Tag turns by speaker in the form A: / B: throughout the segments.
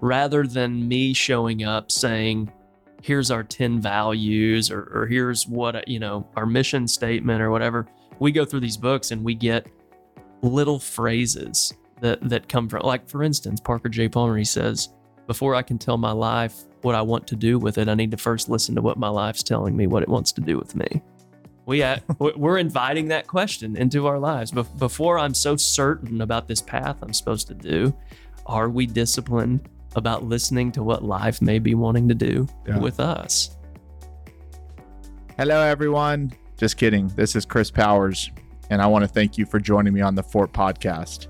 A: rather than me showing up saying, here's our 10 values or, or here's what, you know, our mission statement or whatever. We go through these books and we get little phrases that, that come from, like, for instance, Parker J. Palmer, he says, before I can tell my life what I want to do with it, I need to first listen to what my life's telling me, what it wants to do with me. We, uh, we're inviting that question into our lives. Be- before I'm so certain about this path I'm supposed to do, are we disciplined about listening to what life may be wanting to do
B: Yeah.
A: with us?
B: Hello, everyone. Just kidding. This is Chris Powers, and I want to thank you for joining me on the Fort Podcast.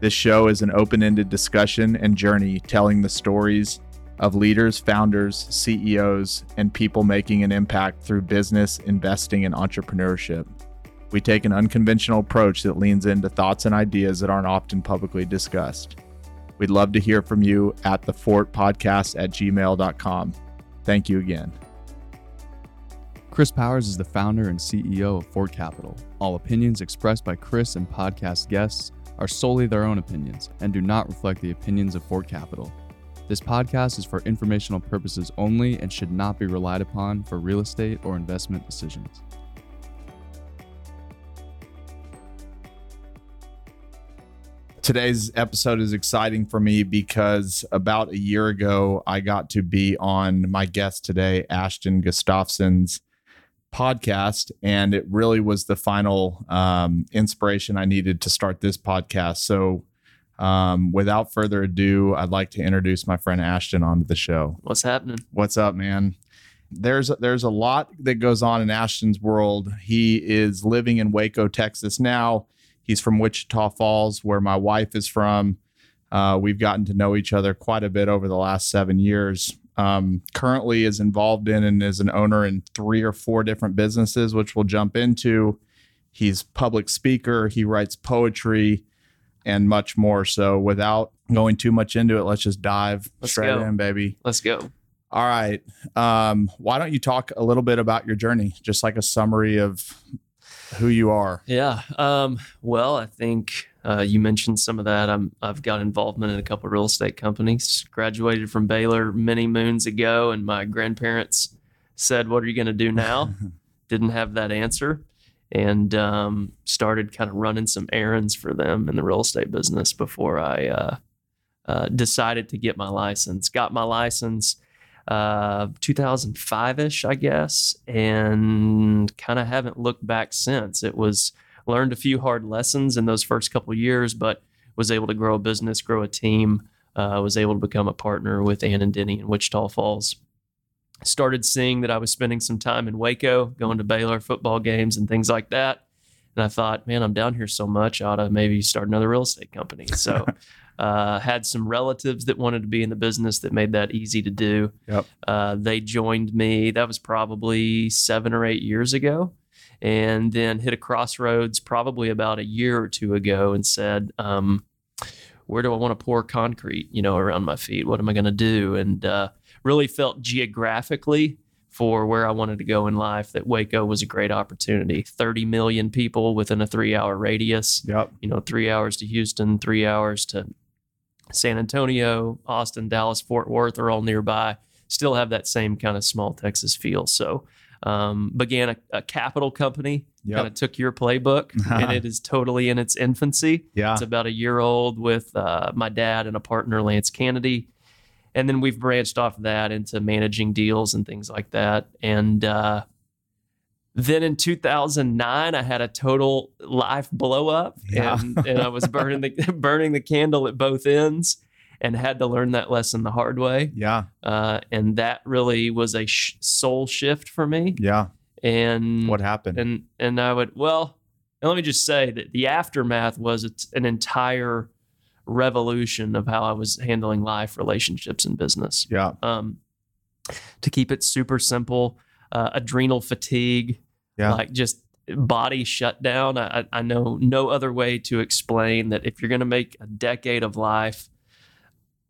B: This show is an open ended discussion and journey telling the stories of leaders, founders, CEOs, and people making an impact through business, investing, and entrepreneurship. We take an unconventional approach that leans into thoughts and ideas that aren't often publicly discussed. We'd love to hear from you at the Fort Podcast at gmail.com. Thank you again.
C: Chris Powers is the founder and CEO of Ford Capital. All opinions expressed by Chris and podcast guests are solely their own opinions and do not reflect the opinions of Ford Capital. This podcast is for informational purposes only and should not be relied upon for real estate or investment decisions.
B: Today's episode is exciting for me because about a year ago, I got to be on my guest today, Ashton Gustafson's podcast. And it really was the final um, inspiration I needed to start this podcast. So, um, without further ado, I'd like to introduce my friend Ashton onto the show.
A: What's happening?
B: What's up, man? There's there's a lot that goes on in Ashton's world. He is living in Waco, Texas now. He's from Wichita Falls, where my wife is from. Uh, we've gotten to know each other quite a bit over the last seven years. Um, currently is involved in and is an owner in three or four different businesses, which we'll jump into. He's public speaker. He writes poetry and much more. So without going too much into it, let's just dive
A: Let's
B: straight
A: go.
B: in, baby.
A: Let's go.
B: All right. Um, why don't you talk a little bit about your journey, just like a summary of who you are?
A: Yeah. Um, well, I think uh, you mentioned some of that. I'm, I've got involvement in a couple of real estate companies. Graduated from Baylor many moons ago, and my grandparents said, "What are you going to do now?" Didn't have that answer, and um, started kind of running some errands for them in the real estate business before I uh, uh, decided to get my license. Got my license. Uh, 2005ish, I guess, and kind of haven't looked back since. It was learned a few hard lessons in those first couple years, but was able to grow a business, grow a team. Uh, was able to become a partner with Ann and Denny in Wichita Falls. Started seeing that I was spending some time in Waco, going to Baylor football games and things like that. And I thought, man, I'm down here so much. I ought to maybe start another real estate company. So, uh, had some relatives that wanted to be in the business that made that easy to do.
B: Yep.
A: Uh, they joined me. That was probably seven or eight years ago and then hit a crossroads probably about a year or two ago and said, um, "Where do I want to pour concrete? You know, around my feet. What am I going to do?" And uh, really felt geographically for where I wanted to go in life that Waco was a great opportunity. Thirty million people within a three-hour radius.
B: Yep.
A: You know, three hours to Houston, three hours to San Antonio, Austin, Dallas, Fort Worth are all nearby. Still have that same kind of small Texas feel. So, um, began a, a capital company kind
B: Yep.
A: of took your playbook and it is totally in its infancy.
B: Yeah.
A: It's about a year old with uh, my dad and a partner, Lance Kennedy. And then we've branched off of that into managing deals and things like that. And uh, then in 2009, I had a total life blow up
B: Yeah.
A: and, and I was burning the, burning the candle at both ends and had to learn that lesson the hard way.
B: Yeah.
A: Uh, and that really was a sh- soul shift for me.
B: Yeah.
A: And
B: What happened?
A: Mm. and and I would well, and let me just say that the aftermath was it's an entire revolution of how I was handling life, relationships, and business.
B: yeah.
A: Um, to keep it super simple, uh, adrenal fatigue,
B: Yeah.
A: like just body shutdown. I, I I know no other way to explain that if you're going to make a decade of life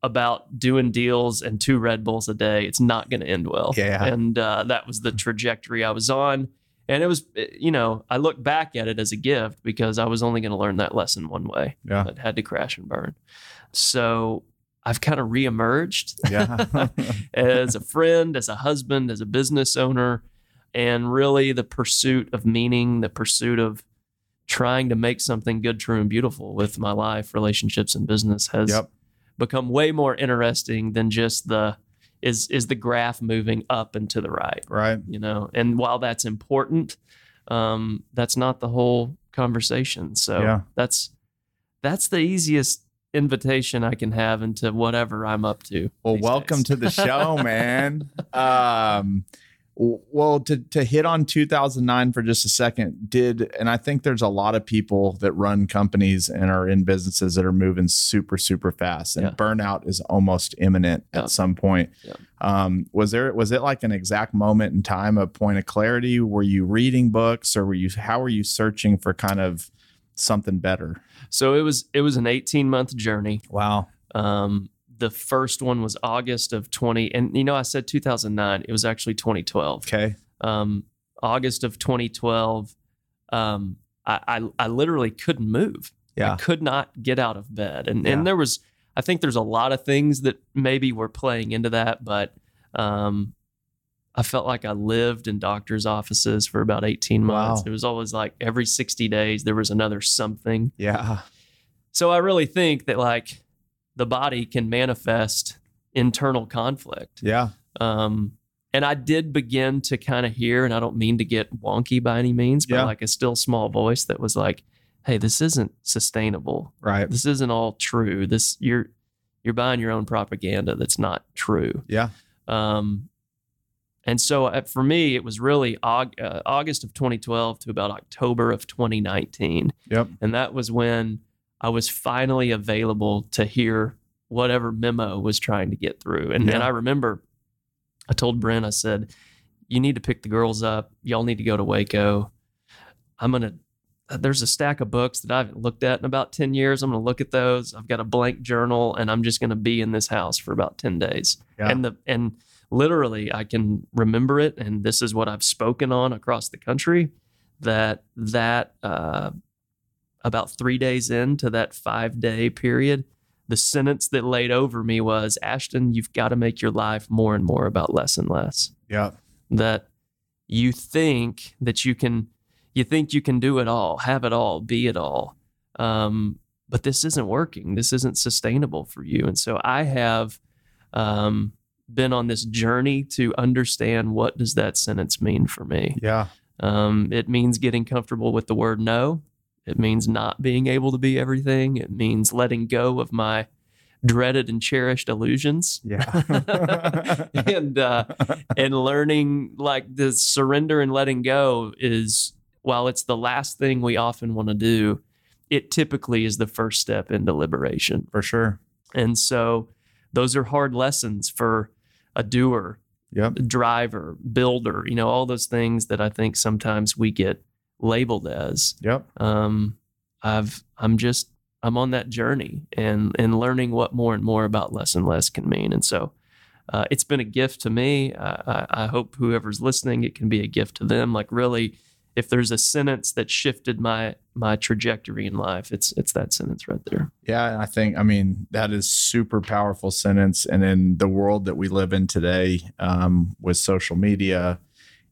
A: about doing deals and two Red Bulls a day, it's not going to end well.
B: Yeah.
A: And uh, that was the trajectory I was on. And it was, eh, you know, I look back at it as a gift because I was only going to learn that lesson one way.
B: Yeah.
A: It had to crash and burn. So I've kind of reemerged
B: Yeah.
A: as a friend, as a husband, as a business owner, and really the pursuit of meaning, the pursuit of trying to make something good, true, and beautiful with my life, relationships, and business has
B: yep.
A: become way more interesting than just the is is the graph moving up and to the right,
B: Right.
A: you know. And while that's important, um, that's not the whole conversation. So
B: Yeah.
A: that's that's the easiest invitation I can have into whatever I'm up to.
B: Well,
A: these
B: welcome
A: days.
B: to the show, man. um, w- well, to to hit on 2009 for just a second, did and I think there's a lot of people that run companies and are in businesses that are moving super super fast, and
A: Yeah.
B: burnout is almost imminent
A: Yeah.
B: at some point.
A: Yeah.
B: Um, was there was it like an exact moment in time, a point of clarity? Were you reading books, or were you how were you searching for kind of something better?
A: So it was it was an 18 month journey.
B: Wow.
A: Um, the first one was August of 20, and you know I said 2009. It was actually 2012.
B: Okay.
A: Um, August of 2012. Um, I, I I literally couldn't move.
B: Yeah.
A: I could not get out of bed, and
B: Yeah.
A: and there was I think there's a lot of things that maybe were playing into that, but um, I felt like I lived in doctors' offices for about 18 months.
B: Wow.
A: It was always like every 60 days there was another something.
B: Yeah.
A: So I really think that like the body can manifest internal conflict.
B: Yeah.
A: Um, and I did begin to kind of hear, and I don't mean to get wonky by any means, but
B: Yeah.
A: like a still small voice that was like, "Hey, this isn't sustainable.
B: Right.
A: This isn't all true. This you're you're buying your own propaganda that's not true."
B: Yeah.
A: Um, and so uh, for me, it was really Aug- uh, August of 2012 to about October of 2019.
B: Yep.
A: And that was when I was finally available to hear whatever memo was trying to get through. And, and
B: Yeah.
A: I remember I told Brent, I said, you need to pick the girls up. Y'all need to go to Waco. I'm going to, there's a stack of books that I haven't looked at in about 10 years. I'm going to look at those. I've got a blank journal and I'm just going to be in this house for about 10 days
B: Yeah.
A: and the and literally i can remember it and this is what i've spoken on across the country that that uh, about three days into that five day period the sentence that laid over me was ashton you've got to make your life more and more about less and less
B: Yeah.
A: that you think that you can you think you can do it all have it all be it all um, but this isn't working this isn't sustainable for you and so i have um, been on this journey to understand what does that sentence mean for me
B: Yeah.
A: um, it means getting comfortable with the word no. It means not being able to be everything. It means letting go of my dreaded and cherished illusions.
B: Yeah.
A: and uh, and learning like the surrender and letting go is while it's the last thing we often want to do, it typically is the first step into liberation.
B: For sure.
A: And so those are hard lessons for a doer
B: Yep.
A: driver, builder, you know, all those things that I think sometimes we get labeled as.
B: Yep.
A: Um, I've I'm just I'm on that journey and and learning what more and more about less and less can mean. And so uh, it's been a gift to me. I, I, I hope whoever's listening, it can be a gift to them. Like really, if there's a sentence that shifted my my trajectory in life, it's it's that sentence right there.
B: Yeah. And I think, I mean, that is super powerful sentence. And in the world that we live in today, um, with social media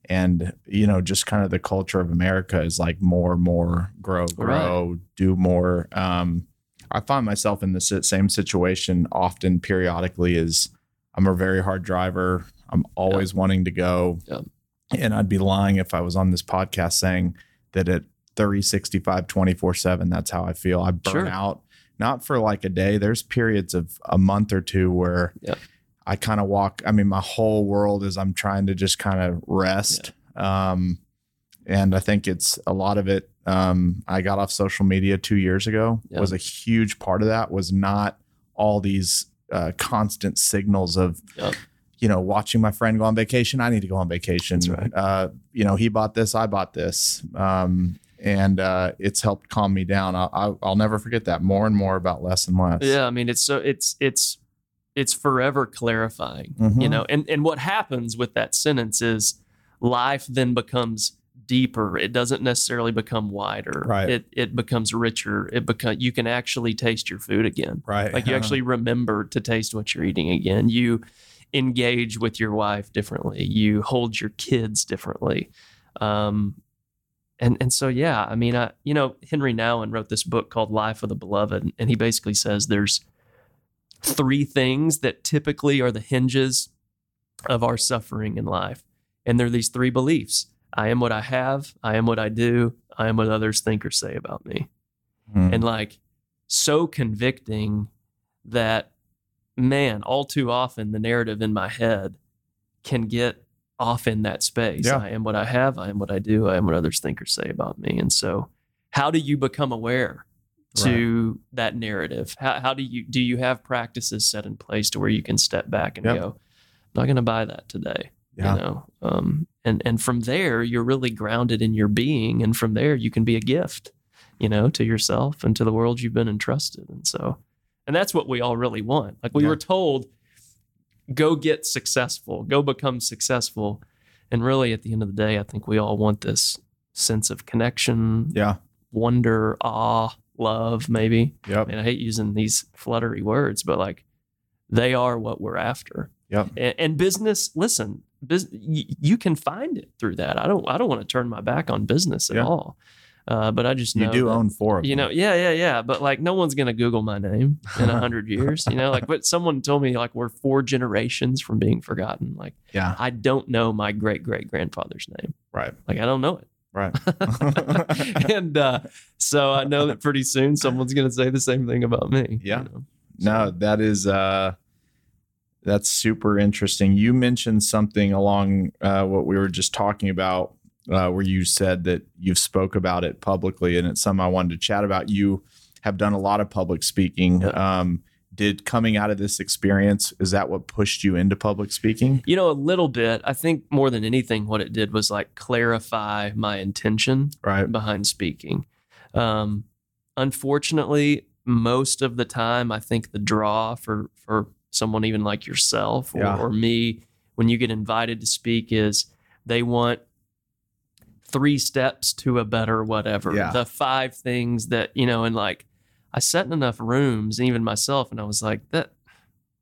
B: and, you know, just kind of the culture of America is like more, more, grow, grow, do more. Um, I find myself in the si- same situation often periodically is I'm a very hard driver. I'm always wanting to go.
A: Yeah.
B: And I'd be lying if I was on this podcast saying that at 30, 65, 24 7, that's how I feel. I burn
A: Sure.
B: out, not for like a day. There's periods of a month or two where
A: Yeah.
B: I kind of walk. I mean, my whole world is I'm trying to just kind of rest. Um, and I think it's a lot of it. Um, I got off social media two years ago.
A: Yeah.
B: Was a huge part of that. Was not all these uh, constant signals of,
A: Yep.
B: you know, watching my friend go on vacation. I need to go on vacation.
A: That's right.
B: Uh, you know, he bought this. I bought this. Um, and uh, it's helped calm me down. I, I, I'll never forget that. More and more about less and less.
A: Yeah, I mean it's so it's it's it's forever clarifying,
B: Mhm.
A: you know. And and what happens with that sentence is life then becomes deeper. It doesn't necessarily become wider.
D: Right.
A: It it becomes richer. It become you can actually taste your food again.
D: Right.
A: Like you
B: Uh-huh.
A: actually remember to taste what you're eating again. You engage with your wife differently. You hold your kids differently. Um, and and so yeah, I mean, I you know Henry Nouwen wrote this book called Life of the Beloved, and he basically says there's three things that typically are the hinges of our suffering in life, and they're these three beliefs: I am what I have, I am what I do, I am what others think or say about me
B: Mm-hmm.
A: and like so convicting that man all too often the narrative in my head can get off in that space
D: Yeah.
A: i am what i have i am what i do i am what others think or say about me and so how do you become aware to that narrative how, how do you do you have practices set in place to where you can step back and
D: Yep.
A: go i'm not going to buy that today
D: Yeah.
A: you know um, and and from there you're really grounded in your being and from there you can be a gift you know to yourself and to the world you've been entrusted and so and that's what we all really want like we
D: Yeah.
A: were told go get successful go become successful and really at the end of the day i think we all want this sense of connection
D: Yeah.
A: wonder awe love maybe
D: Yep.
A: I mean, I hate using these fluttery words, but like they are what we're after.
D: Yep.
A: And, and business, listen, bus- y- you can find it through that. I don't, I don't want to turn my back on business at
D: Yeah.
A: all. Uh, but I just know
B: you do
A: that-
B: own four of
A: you
B: them.
A: know, yeah, yeah, yeah. But like, no one's gonna Google my name in a hundred years, you know. Like, but someone told me like we're four generations from being forgotten. Like,
B: Yeah.
A: I don't know my great great grandfather's name.
D: Right.
A: Like, I don't know it.
D: Right.
A: and uh, so I know that pretty soon someone's going to say the same thing about me.
B: Yeah.
A: know?
B: No, that is uh that's super interesting. You mentioned something along uh, what we were just talking about, uh, where you said that you've spoke about it publicly, and it's something I wanted to chat about. You have done a lot of public speaking.
A: Yeah.
B: Um, did coming out of this experience is that what pushed you into public speaking?
A: You know, a little bit. I think more than anything, what it did was like clarify my intention
B: Right.
A: behind speaking. Um, unfortunately, most of the time, I think the draw for for someone even like yourself or,
D: Yeah.
A: or me when you get invited to speak is they want three steps to a better whatever.
D: Yeah.
A: The five things that you know, and like I sat in enough rooms, even myself, and I was like, that.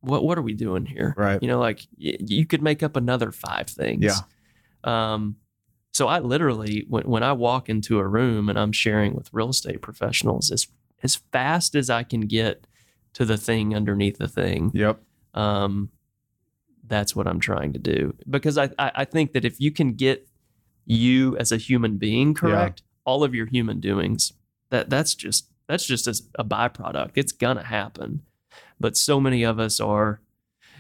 A: What what are we doing here?
D: Right.
A: You know, like y- you could make up another five things.
D: Yeah.
A: Um, so I literally, when, when I walk into a room and I'm sharing with real estate professionals, as as fast as I can get to the thing underneath the thing,
D: Yep.
A: um, that's what I'm trying to do because I, I I think that if you can get you as a human being correct, all of your human doings that that's just that's just as a byproduct. It's gonna happen, but so many of us are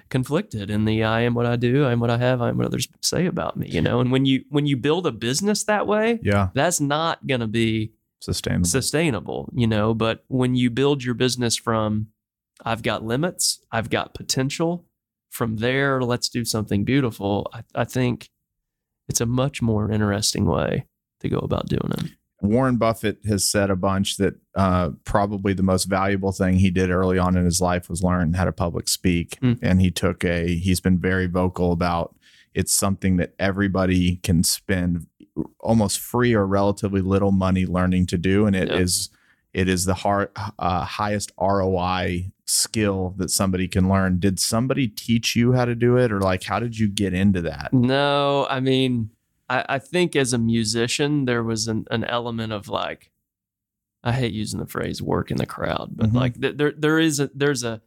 A: conflicted in the I am what I do, I am what I have, I am what others say about me. You know, and when you when you build a business that way,
D: Yeah.
A: that's not gonna be
B: Sustainable.
A: sustainable, you know. But when you build your business from, I've got limits, I've got potential, from there, let's do something beautiful, I, I think it's a much more interesting way to go about doing it.
B: Warren Buffett has said a bunch that uh, probably the most valuable thing he did early on in his life was learn how to public speak.
A: Mm.
B: And he took a, he's been very vocal about it's something that everybody can spend almost free or relatively little money learning to do. And it is
A: Yeah.
B: it is the hard, uh, highest ROI skill that somebody can learn. Did somebody teach you how to do it or like, how did you get into that?
A: No, I mean, I, I think as a musician, there was an, an element of like, I hate using the phrase "work in the crowd," but
B: Mhm.
A: like th- there there is a there's a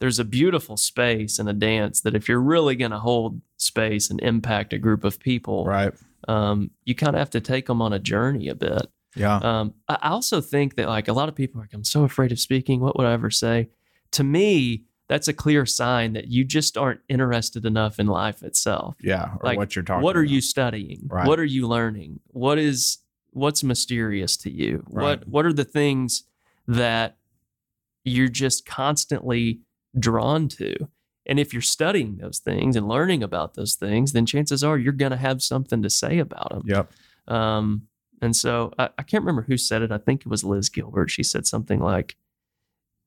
A: there's a beautiful space in a dance that if you're really going to hold space and impact a group of people,
D: Right.
A: um, you kind of have to take them on a journey a bit.
D: Yeah.
A: Um, I I also think that like a lot of people are like, I'm so afraid of speaking. What would I ever say? To me, that's a clear sign that you just aren't interested enough in life itself
B: Yeah. Or
A: Like,
B: what you're talking
A: what are
B: about.
A: you studying
B: Right.
A: what are you learning what is what's mysterious to you
D: Right.
A: what what are the things that you're just constantly drawn to and if you're studying those things and learning about those things then chances are you're going to have something to say about them
D: Yep.
A: um, and so I, I can't remember who said it. I think it was Liz Gilbert. She said something like,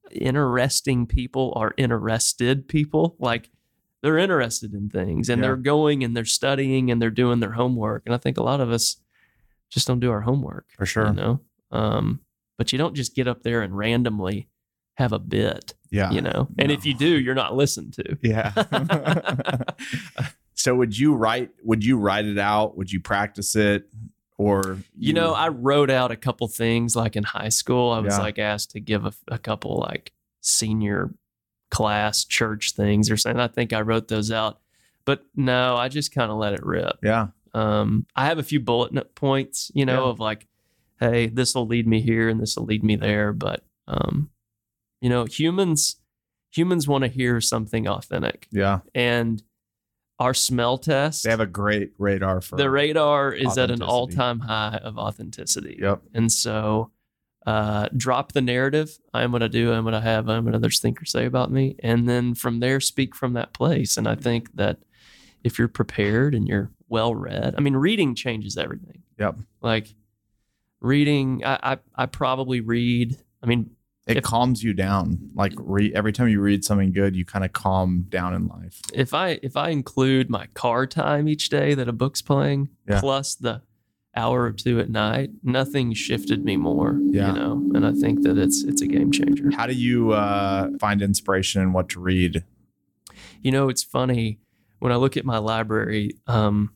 A: interesting people are interested people. Like they're interested in things and
D: Yeah.
A: they're going and they're studying and they're doing their homework. And I think a lot of us just don't do our homework.
D: For sure.
A: You know? Um, but you don't just get up there and randomly have a bit,
D: Yeah.
A: you know? And
B: no.
A: if you do, you're not listened to.
D: Yeah.
B: So would you write would you write it out? Would you practice it? Or
A: You know, I wrote out a couple things like in high school. I was
B: Yeah.
A: like asked to give a, a couple like senior class church things or something. I think I wrote those out, but no, I just kind of let it rip.
B: Yeah.
A: Um, I have a few bullet no- points, you know,
B: Yeah.
A: of like, hey, this will lead me here and this will lead me there. But, um, you know, humans, humans want to hear something authentic
B: Yeah.
A: and our smell test,
B: They have a great radar for
A: the radar is at an
B: authenticity.
A: all time high of authenticity.
B: Yep.
A: And so, uh, drop the narrative. I am what I do. I am what I have. I am what others think or say about me. And then from there, speak from that place. And I think that if you're prepared and you're well read, I mean, reading changes everything.
B: Yep.
A: Like reading, I, I, I probably read, I mean,
B: It
A: if-
B: calms you down. Like re- every time you read something good, you kind of calm down in life.
A: if I, if I include my car time each day that a book's playing
B: Yeah.
A: plus the hour or two at night, nothing shifted me more,
B: Yeah.
A: you know? And I think that it's, it's a game changer.
B: How do you uh, find inspiration in what to read?
A: You know, it's funny when I look at my library. Um,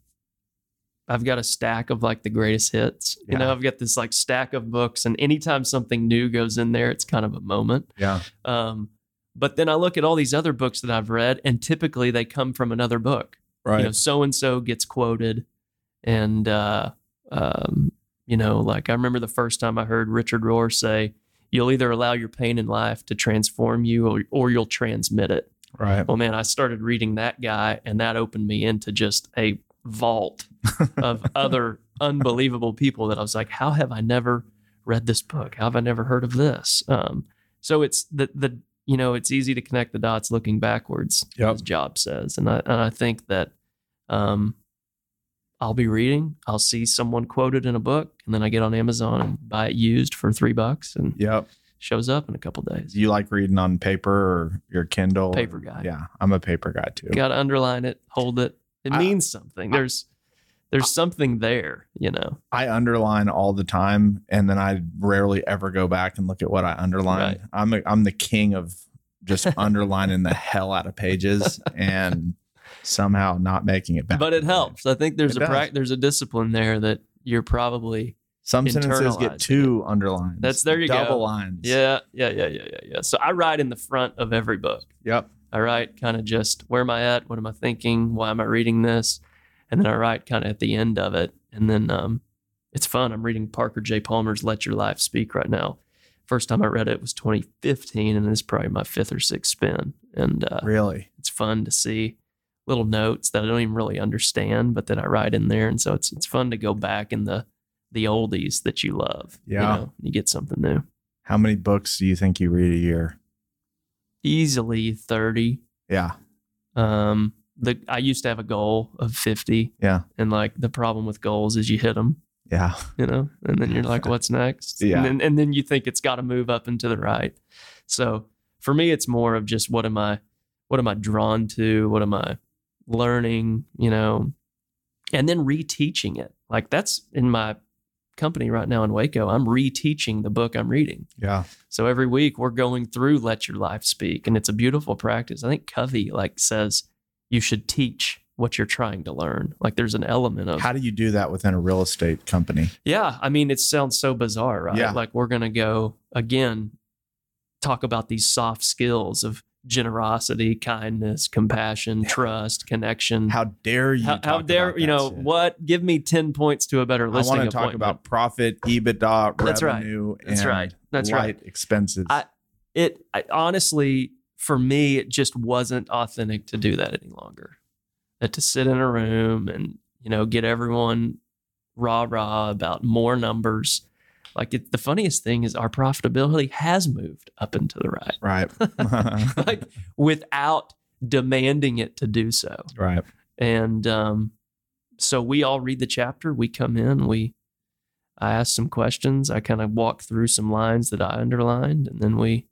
A: I've got a stack of like the greatest hits. You know,
B: Yeah.
A: I've got this like stack of books, and anytime something new goes in there, it's kind of a moment.
B: Yeah.
A: Um, but then I look at all these other books that I've read, and typically they come from another book.
B: Right.
A: You know, so and so gets quoted, and uh, um, you know, like I remember the first time I heard Richard Rohr say, "You'll either allow your pain in life to transform you, or, or you'll transmit it."
B: right.
A: well Oh, man i started reading that guy and that opened me into just a vault of other unbelievable people that i was like how have i never read this book how have i never heard of this um, so it's the the you know it's easy to connect the dots looking backwards
B: Yep.
A: as job says and i and i think that um i'll be reading i'll see someone quoted in a book and then i get on amazon and buy it used for three bucks and
B: Yep.
A: shows up in a couple days
B: Do you like reading on paper or your Kindle?
A: Paper guy.
B: Yeah. I'm a paper guy too.
A: Got to underline it, hold it. It
B: I-
A: means something. There's there's something there, you know.
B: I underline all the time, and then I rarely ever go back and look at what I underlined. I'm a, I'm the king of just underlining the hell out of pages and somehow not making it back.
A: But it helps. I think there's
B: It
A: a
B: does.
A: prac there's a discipline there that you're probably
B: Some sentences
A: Internalizing
B: get two underlines.
A: That's- there you go.
B: Double lines.
A: yeah, yeah, yeah, yeah, yeah, yeah. So I write in the front of every book.
B: Yep.
A: I write kind of just where am I at? What am I thinking? Why am I reading this? And then I write kind of at the end of it. And then um, it's fun. I'm reading Parker J. Palmer's Let Your Life Speak right now. First time I read it was 2015, and it's probably my fifth or sixth spin. And uh,
B: Really.
A: it's fun to see little notes that I don't even really understand, but that I write in there. And so it's it's fun to go back in the the oldies that you love.
B: Yeah.
A: You, know, you get something new.
B: How many books do you think you read a year?
A: Easily 30.
B: Yeah.
A: Um the I used to have a goal of 50.
B: Yeah.
A: And like the problem with goals is you hit them,
B: Yeah.
A: you know, and then you're like, what's next?
B: Yeah.
A: And then, and then you think it's got to move up and to the right. So for me, it's more of just what am I, what am I drawn to? What am I learning? You know, and then reteaching it. Like that's in my company right now in Waco. I'm reteaching the book I'm reading.
B: Yeah.
A: So every week we're going through Let Your Life Speak, and it's a beautiful practice. I think Covey like says you should teach what you're trying to learn. Like there's an element of
B: How do you do that within a real estate company?
A: yeah, I mean, it sounds so bizarre, right?
B: Yeah.
A: Like we're gonna go again, talk about these soft skills of generosity, kindness, compassion, trust, connection.
B: How dare you?
A: how, how
B: talk
A: dare
B: about
A: you
B: that
A: know
B: shit?
A: what? Give me ten points to a better
B: I
A: listing
B: want to talk
A: appointment.
B: about profit, EBITDA,
A: That's right.
B: revenue,
A: That's
B: and
A: right. That's
B: light
A: right.
B: expenses.
A: I- It I, honestly, for me, it just wasn't authentic to do that any longer. That to sit in a room and you know get everyone rah rah about more numbers. Like it, the funniest thing is our profitability has moved up and to the right.
B: right.
A: like without demanding it to do so.
B: right.
A: And um, so we all read the chapter. We come in. We I ask some questions. I kind of walk through some lines that I underlined, and then we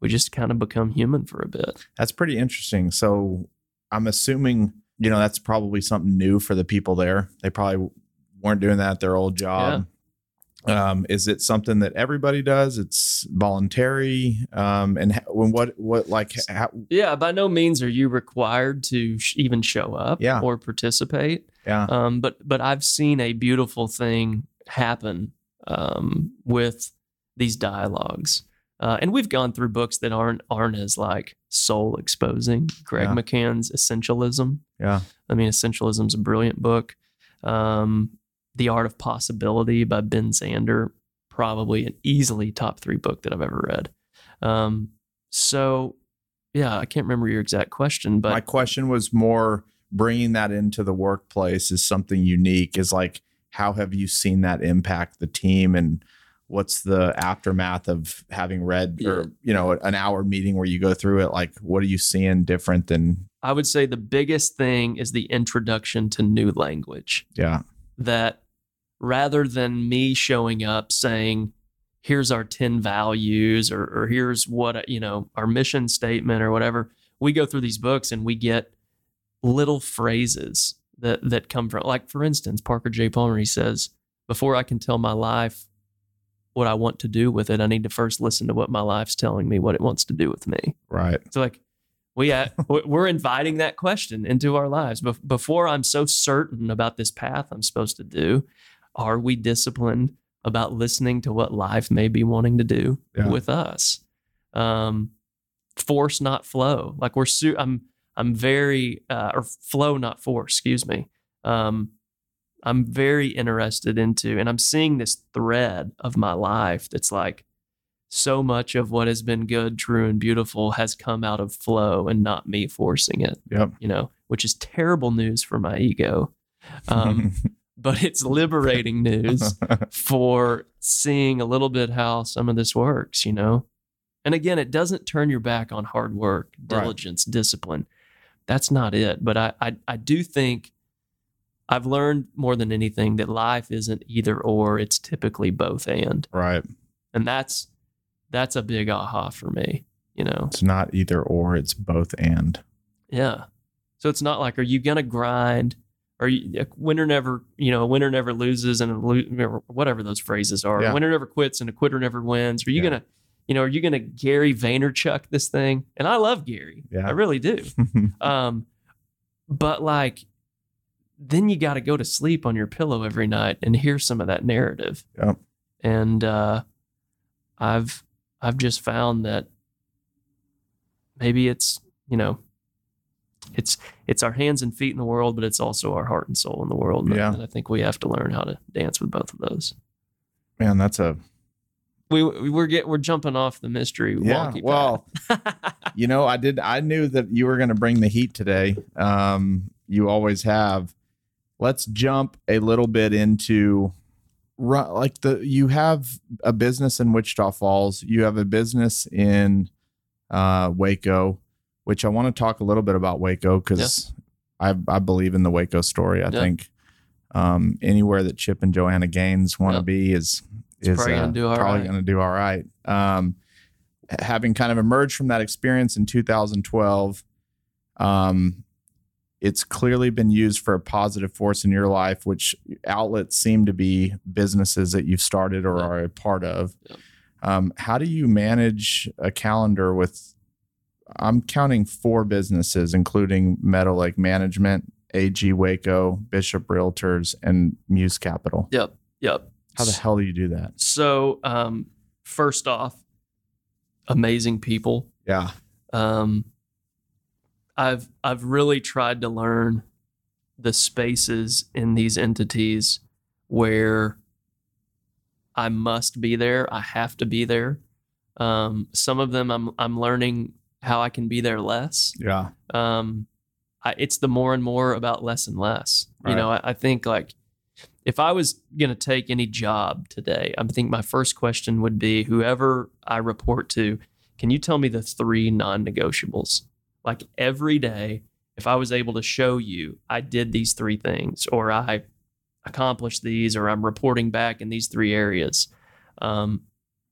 A: we just kind of become human for a bit.
B: That's pretty interesting. So I'm assuming, you know, that's probably something new for the people there. They probably weren't doing that at their old job. Um, is it something that everybody does? It's voluntary. Um, and ha- when what what like how,
A: Yeah, by no means are you required to sh- even show up
B: Yeah.
A: or participate.
B: yeah
A: Um, but but I've seen a beautiful thing happen um, with these dialogues, uh, and we've gone through books that aren't aren't as like soul exposing. Greg
B: Yeah.
A: McCann's Essentialism.
B: yeah
A: I mean, Essentialism's a brilliant book. Um, the Art of Possibility by Ben Zander, probably an easily top three book that I've ever read. Um, so, yeah, I can't remember your exact question, but
B: my question was more bringing that into the workplace is something unique is like how have you seen that impact the team and what's the aftermath of having read
A: Yeah.
B: or you know an hour meeting where you go through it like what are you seeing different than
A: I would say the biggest thing is the introduction to new language.
B: yeah
A: That rather than me showing up saying, here's our 10 values or, or here's what, you know, our mission statement or whatever, we go through these books and we get little phrases that, that come from, like, for instance, Parker J. Palmer, he says, before I can tell my life what I want to do with it, I need to first listen to what my life's telling me, what it wants to do with me.
B: right
A: So like we uh, w- we're inviting that question into our lives. Bef- before I'm so certain about this path I'm supposed to do, are we disciplined about listening to what life may be wanting to do
B: Yeah.
A: with us? Um, force not flow. Like we're su- I'm I'm very uh, or flow not force. Excuse me. Um, I'm very interested into, and I'm seeing this thread of my life that's like so much of what has been good, true, and beautiful has come out of flow and not me forcing it,
B: yep
A: you know, which is terrible news for my ego. Um, but it's liberating news for seeing a little bit how some of this works, you know? And again, it doesn't turn your back on hard work,
B: Right.
A: diligence, discipline. That's not it. But I, I, I do think I've learned more than anything that life isn't either or, it's typically both and.
B: right
A: And that's that's a big aha for me, you know?
B: it's not either or it's both and
A: Yeah. So it's not like, are you gonna grind? Are you a winner never? You know, a winner never loses, and a lo- whatever those phrases are.
B: Yeah.
A: A winner never quits, and a quitter never wins. Are you
B: Yeah.
A: gonna, you know, are you gonna Gary Vaynerchuk this thing? And I love Gary.
B: Yeah.
A: I really do. um, but like, then you got to go to sleep on your pillow every night and hear some of that narrative.
B: Yep.
A: And uh, I've I've just found that maybe it's you know it's it's our hands and feet in the world, but it's also our heart and soul in the world. And I-
B: Yeah.
A: And I think we have to learn how to dance with both of those.
B: man that's a
A: We we- we're get we're jumping off the mystery.
B: yeah
A: walkie path.
B: well you know, I did. I knew that you were going to bring the heat today. Um, you always have. Let's jump a little bit into ru- like the you have a business in Wichita Falls. You have a business in uh, Waco, which I want to talk a little bit about Waco because I I believe in the Waco story. I
A: Yeah.
B: think um, anywhere that Chip and Joanna Gaines want to
A: Yeah.
B: be is
A: It's
B: is
A: probably
B: uh,
A: gonna do all
B: probably
A: right.
B: going to do all right. Um, h- having kind of emerged from that experience in 2012, um, it's clearly been used for a positive force in your life, which outlets seem to be businesses that you've started or
A: Yeah.
B: are a part of.
A: Yeah.
B: Um, how do you manage a calendar with? I'm counting four businesses, including Meadow Lake Management, AG Waco, Bishop Realtors, and Muse Capital.
A: yep yep.
B: How the hell do you do that?
A: So, um, first off, amazing people.
B: Yeah.
A: Um, I've I've really tried to learn the spaces in these entities where I must be there. I have to be there. Um, some of them I'm I'm learning how I can be there less
B: Yeah.
A: um, I, it's the more and more about less and less.
B: Right.
A: You know, I, I think like if I was going to take any job today, I think my first question would be whoever I report to, can you tell me the three non negotiables? Like every day, if I was able to show you I did these three things or I accomplished these or I'm reporting back in these three areas. Um,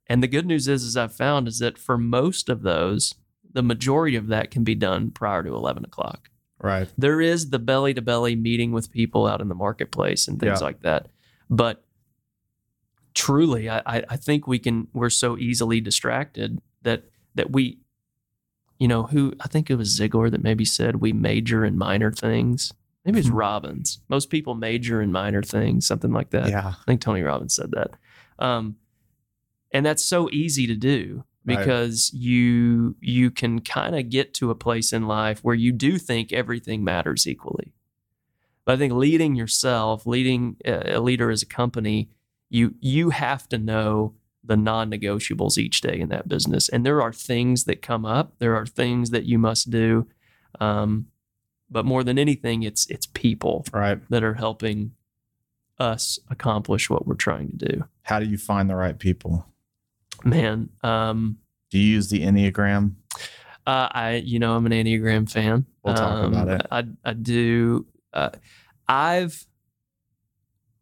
A: and the good news is, is I've found is that for most of those, the majority of that can be done prior to 11 o'clock.
B: Right.
A: There is the belly to belly meeting with people out in the marketplace and things
B: Yeah.
A: like that. But truly, I, I I think we can. We're so easily distracted that that we, you know, who I think it was Ziglar that maybe said we major in minor things. Maybe it's
B: Mhm.
A: Robbins. Most people major in minor things, something like that.
B: yeah.
A: I think Tony Robbins said that. Um, and that's so easy to do
B: Right.
A: because you you can kind of get to a place in life where you do think everything matters equally. But I think leading yourself, leading a a leader as a company, you you have to know the non-negotiables each day in that business. And there are things that come up. There are things that you must do. Um, but more than anything, it's it's people
B: Right.
A: that are helping us accomplish what we're trying to do.
B: How do you find the right people?
A: Man, um,
B: Do you use the Enneagram?
A: uh, I you know I'm an Enneagram fan.
B: We'll talk
A: Um,
B: about it.
A: I I do. Uh, I've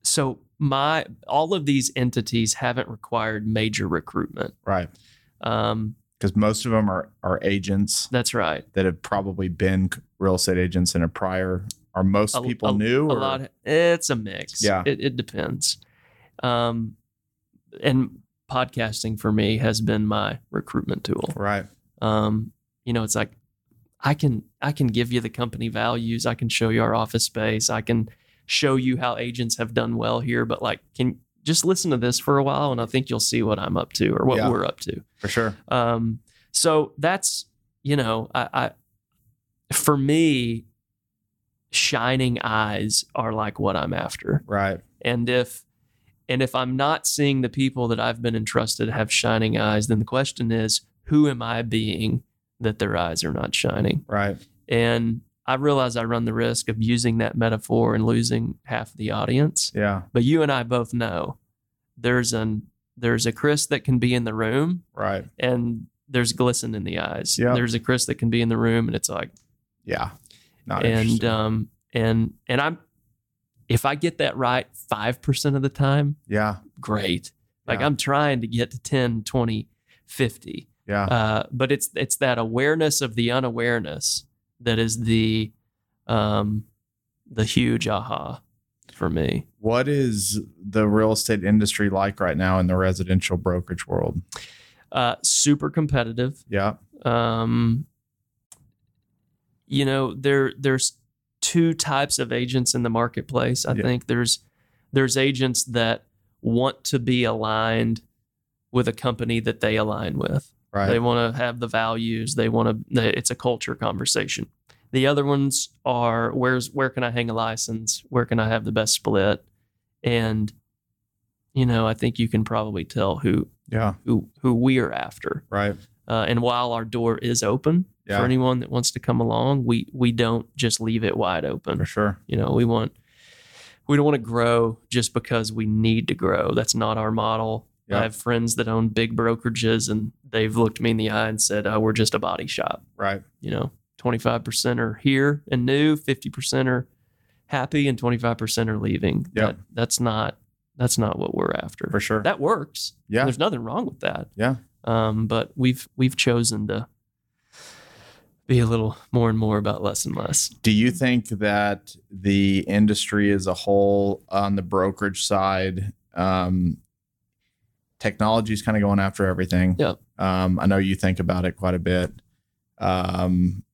A: so my all of these entities haven't required major recruitment.
B: Right.
A: Um,
B: Because most of them are, are agents
A: that's right.
B: that have probably been c- real estate agents in a prior. Are most
A: A-
B: people new?
A: a
B: or-
A: lot it's a mix
B: Yeah.
A: it, it depends um and podcasting for me has been my recruitment tool
B: Right.
A: um you know it's like i can i can give you the company values i can show you our office space i can show you how agents have done well here but like can just listen to this for a while and i think you'll see what i'm up to or what
B: Yeah.
A: we're up to
B: For sure.
A: um, so that's you know, I, I for me, shining eyes are like what I'm after.
B: Right.
A: And if and if I'm not seeing the people that I've been entrusted to have shining eyes, then the question is, who am I being that their eyes are not shining?
B: Right.
A: And I realize I run the risk of using that metaphor and losing half the audience.
B: Yeah.
A: But you and I both know there's an there's a Chris that can be in the room
B: Right.
A: and there's glisten in the eyes.
B: Yeah.
A: There's a Chris that can be in the room, and it's like,
B: Yeah. Not
A: and
B: interested.
A: um, and and I'm, if I get that right five percent of the time,
B: yeah.
A: great. Like
B: Yeah.
A: I'm trying to get to 10, 20, 50.
B: Yeah.
A: Uh, but it's it's that awareness of the unawareness that is the, um, the huge aha for me.
B: What is the real estate industry like right now in the residential brokerage world?
A: Uh, super competitive.
B: Yeah.
A: um, you know there there's two types of agents in the marketplace i
B: Yeah.
A: think there's there's agents that want to be aligned with a company that they align with they
B: Right.
A: want to have the values they want to it's a culture conversation the other ones are where's where can i hang a license where can i have the best split and you know i think you can probably tell who
B: Yeah.
A: who who we are after
B: Right.
A: uh, and while our door is open
B: Yeah.
A: for anyone that wants to come along, we we don't just leave it wide open.
B: For sure.
A: You know, we want we don't want to grow just because we need to grow. That's not our model.
B: Yeah.
A: I have friends that own big brokerages, and they've looked me in the eye and said, oh, "We're just a body shop."
B: Right.
A: You know, twenty five percent are here and new, fifty percent are happy, and twenty five percent are leaving.
B: Yeah.
A: That, that's not that's not what we're after.
B: For sure.
A: That works.
B: yeah.
A: There's nothing wrong with that.
B: Yeah.
A: Um, but we've we've chosen to be a little more and more about less and less.
B: Do you think that the industry as a whole on the brokerage side, um, technology is kind of going after everything?
A: Yeah.
B: Um, I know you think about it quite a bit. Um,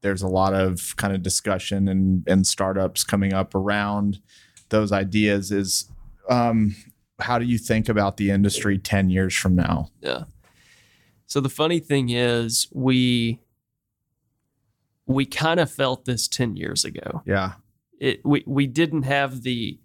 B: there's a lot of kind of discussion and, and startups coming up around those ideas. Is um, how do you think about the industry 10 years from now?
A: So the funny thing is we we kind of felt this 10 years ago.
B: Yeah.
A: It we we didn't have the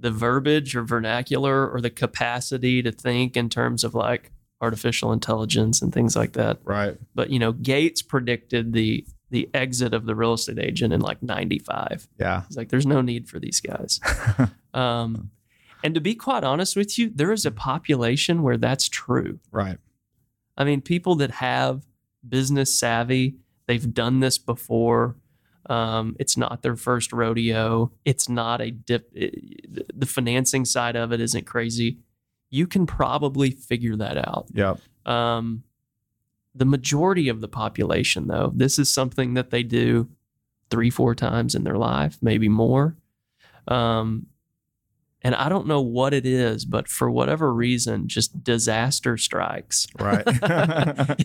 A: the verbiage or vernacular or the capacity to think in terms of like artificial intelligence and things like that.
B: Right.
A: But you know, Gates predicted the the exit of the real estate agent in like 95.
B: Yeah.
A: He's like, there's no need for these guys. Um, and to be quite honest with you, there is a population where that's true.
B: right.
A: I mean, people that have business savvy, they've done this before. Um, it's not their first rodeo. It's not a dip. It, the financing side of it isn't crazy. You can probably figure that out.
B: Yep.
A: Um, the majority of the population, though, this is something that they do three, four times in their life, maybe more. Um, And I don't know what it is, but for whatever reason, just disaster strikes.
D: Right.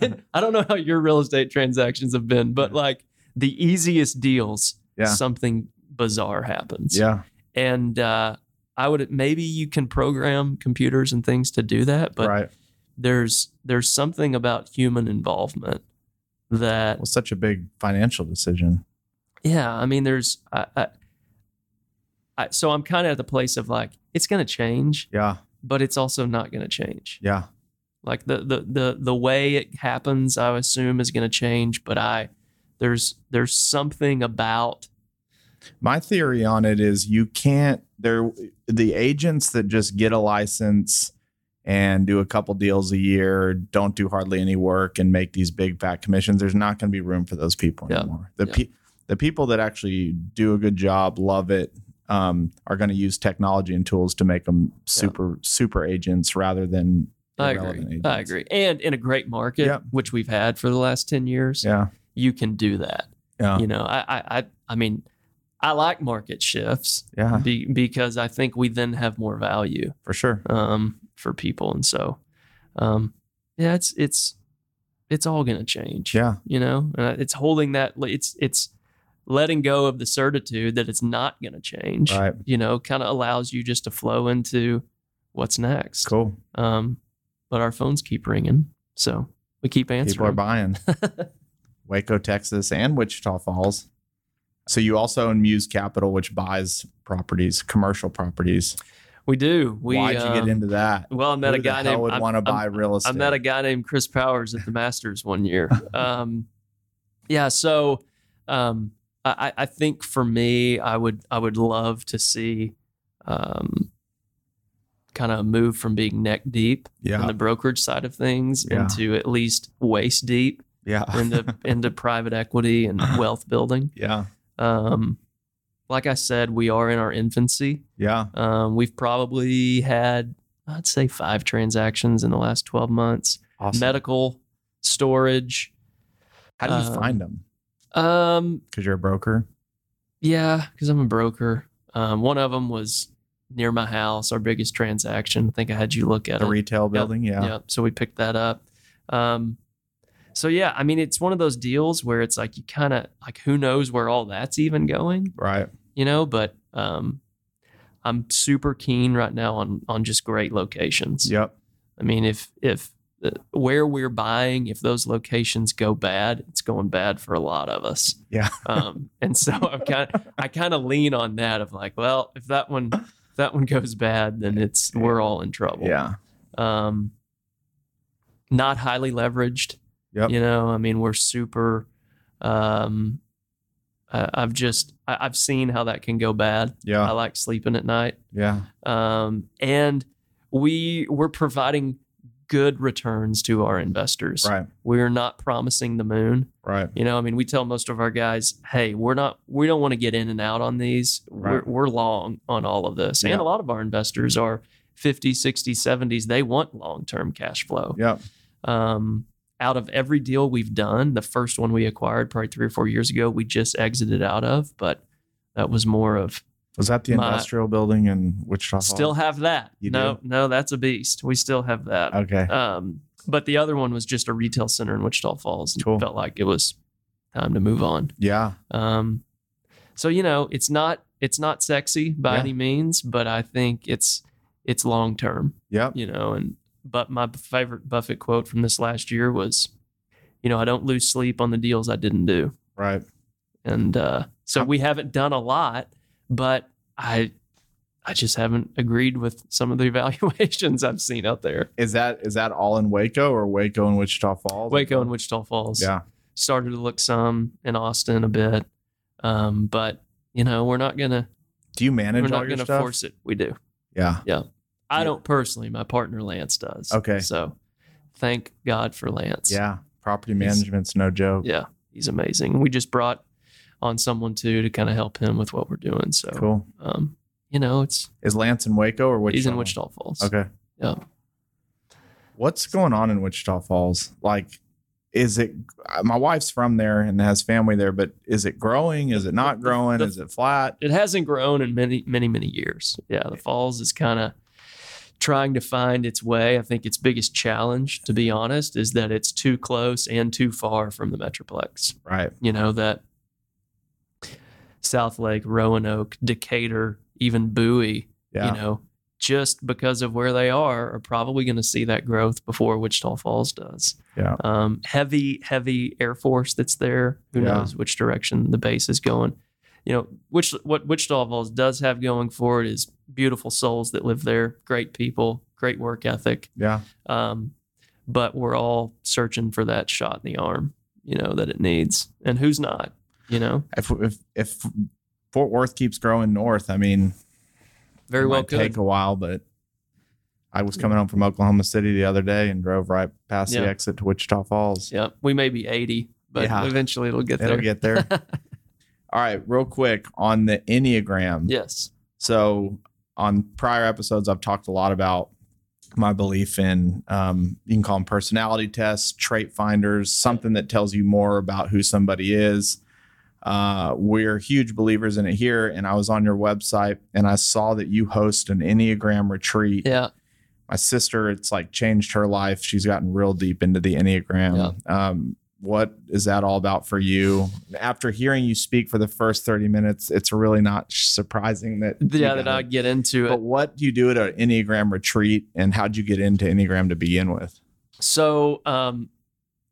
A: And I don't know how your real estate transactions have been, but like the easiest deals,
B: Yeah.
A: something bizarre happens.
B: Yeah.
A: And uh, I would maybe you can program computers and things to do that, but
B: right.
A: there's there's something about human involvement that
B: Well, such a big financial decision.
A: yeah i mean there's i, I, I so i'm kind of at the place of like it's going to change
B: Yeah.
A: but it's also not going to change
B: Yeah.
A: like the the the the way it happens i assume is going to change but i there's there's something about
B: My theory on it is you can't there the agents that just get a license and do a couple deals a year, don't do hardly any work and make these big fat commissions, there's not going to be room for those people
A: Yeah.
B: anymore. The
A: Yeah.
B: pe- the people that actually do a good job, love it, um, are going to use technology and tools to make them super super agents rather than
A: i
B: irrelevant
A: agree i
B: agents.
A: agree and in a great market
B: Yeah.
A: which we've had for the last 10 years
B: Yeah.
A: you can do that
B: Yeah.
A: you know I, I i i mean i like market shifts
B: Yeah,
A: be, because I think we then have more value
B: for sure.
A: um, for people, and so um, yeah, it's it's it's all gonna change.
B: Yeah.
A: you know, and it's holding that. It's it's letting go of the certitude that it's not gonna change.
B: Right.
A: You know, kind of allows you just to flow into what's next.
B: Cool.
A: Um, but our phones keep ringing, so we keep
B: People are
A: answering.
B: buying. Waco, Texas, and Wichita Falls. So you also own Muse Capital, which buys properties, commercial properties.
A: we do. We
B: Why'd you get
A: um,
B: into that?
A: Well, I met a guy
B: the hell
A: named
B: would
A: I'm-
B: want to
A: I'm-
B: buy real estate.
A: I met a guy named Chris Powers at the Masters one year. Um, yeah, so um, I, I I think for me, I would I would love to see um, kind of move from being neck deep
B: yeah,
A: in the brokerage side of things
B: Yeah.
A: into at least waist deep
B: yeah,
A: into into private equity and wealth building.
B: yeah,
A: Um, like I said, we are in our infancy.
B: yeah.
A: Um, we've probably had I'd say five transactions in the last twelve months
B: Awesome.
A: medical storage
B: How do you
A: um,
B: find them?
A: um
B: Because you're a broker.
A: yeah because i'm a broker um one of them was near my house our biggest transaction i think i had you look at
B: The
A: it
B: retail building. Yeah.
A: Yep. so we picked that up um so yeah i mean it's one of those deals where it's like you kind of like who knows where all that's even going
B: Right.
A: you know but um i'm super keen right now on on just great locations
B: Yep.
A: I mean, if if uh, where we're buying, if those locations go bad, it's going bad for a lot of us.
B: Yeah.
A: Um, and so I'm kind of I kind of lean on that of like, well, if that one if that one goes bad, then it's we're all in trouble.
B: Yeah.
A: Um, not highly leveraged.
B: Yep.
A: You know, I mean, we're super. Um, I, I've just I, I've seen how that can go bad. I
B: Yeah.
A: like sleeping at night
B: Yeah.
A: um, and we we're providing good returns to our investors.
B: Right.
A: We're not promising the moon.
B: Right.
A: You know, I mean, we tell most of our guys, "Hey, we're not. We don't want to get in and out on these. We're,
B: Right.
A: we're long on all of this."
B: Yeah.
A: And a lot of our investors are 50, 60, 70s. They want long-term cash flow.
B: Yep.
A: Um, out of every deal we've done, the first one we acquired probably three or four years ago, we just exited out of, but that was more of
B: Was that the
A: My-
B: industrial building in Wichita? Falls?
A: still have that.
B: Uh-huh. You
A: no,
B: do?
A: no, that's a beast. We still have that.
B: Okay.
A: Um, but the other one was just a retail center in Wichita Falls. and
B: Cool.
A: Felt like it was time to move on.
B: Yeah.
A: Um, so you know, it's not it's not sexy by
B: Yeah.
A: any means, but I think it's it's long term.
B: Yep.
A: You know, and but my favorite Buffett quote from this last year was, you know, I don't lose sleep on the deals I didn't do.
B: Right.
A: And uh, so
B: How-
A: we haven't done a lot, but I I just haven't agreed with some of the evaluations I've seen out there.
B: Is that is that all in Waco or Waco and Wichita Falls?
A: Waco and Wichita Falls.
B: Yeah.
A: Started to look some in Austin a bit. Um, but you know, we're not gonna
B: Do you manage
A: we're
B: all
A: not
B: your
A: gonna
B: stuff?
A: force it. We do.
B: Yeah.
A: I
B: Yeah.
A: don't personally, my partner Lance does.
B: Okay.
A: So thank God for Lance.
B: Yeah. Property
A: It's-
B: management's no joke.
A: Yeah. He's amazing. We just brought on someone too to kind of help him with what we're doing. So
B: Cool.
A: um, you know, it's
B: Is Lance in Waco or Wichita?
A: he's in Wichita Falls.
B: Okay.
A: Yeah.
B: What's going on in Wichita Falls? Like, is it uh, my wife's from there and has family there but is it growing is it not growing is it flat
A: It hasn't grown in many, many, many years. Yeah, the falls is kind of trying to find its way. I think its biggest challenge, to be honest, is that it's too close and too far from the metroplex.
B: right
A: You know that South Lake, Roanoke, Decatur, even Bowie.
B: yeah
A: You know, just because of where they are, are probably going to see that growth before Wichita Falls does.
B: Yeah.
A: Um, heavy, heavy Air Force that's there. Who
B: Yeah.
A: knows which direction the base is going? You know, which what Wichita Falls does have going for it is beautiful souls that live there, great people, great work ethic.
B: yeah
A: Um, but we're all searching for that shot in the arm, you know, that it needs. And who's not? You know,
B: if if, if fort worth keeps growing north i mean
A: very
B: it
A: well
B: might
A: could.
B: take a while but i was coming home from oklahoma city the other day and drove right past
A: Yeah.
B: the exit to wichita falls
A: Yeah, we may be 80, but
B: Yeah.
A: eventually it'll get
B: it'll
A: there.
B: get there all right real quick on the enneagram
A: yes.
B: So on prior episodes, I've talked a lot about my belief in um, you can call them personality tests, trait finders, something that tells you more about who somebody is. Uh, we're huge believers in it here. And I was on your website and I saw that you host an Enneagram retreat.
A: Yeah.
B: My sister, it's like changed her life. She's gotten real deep into the Enneagram. Um, what is that all about for you? After hearing you speak for the first 30 minutes, it's really not surprising that you
A: Yeah,
B: got
A: that
B: it.
A: I get into
B: But
A: it.
B: what do you do at an Enneagram retreat and how'd you get into Enneagram to begin with?
A: So um,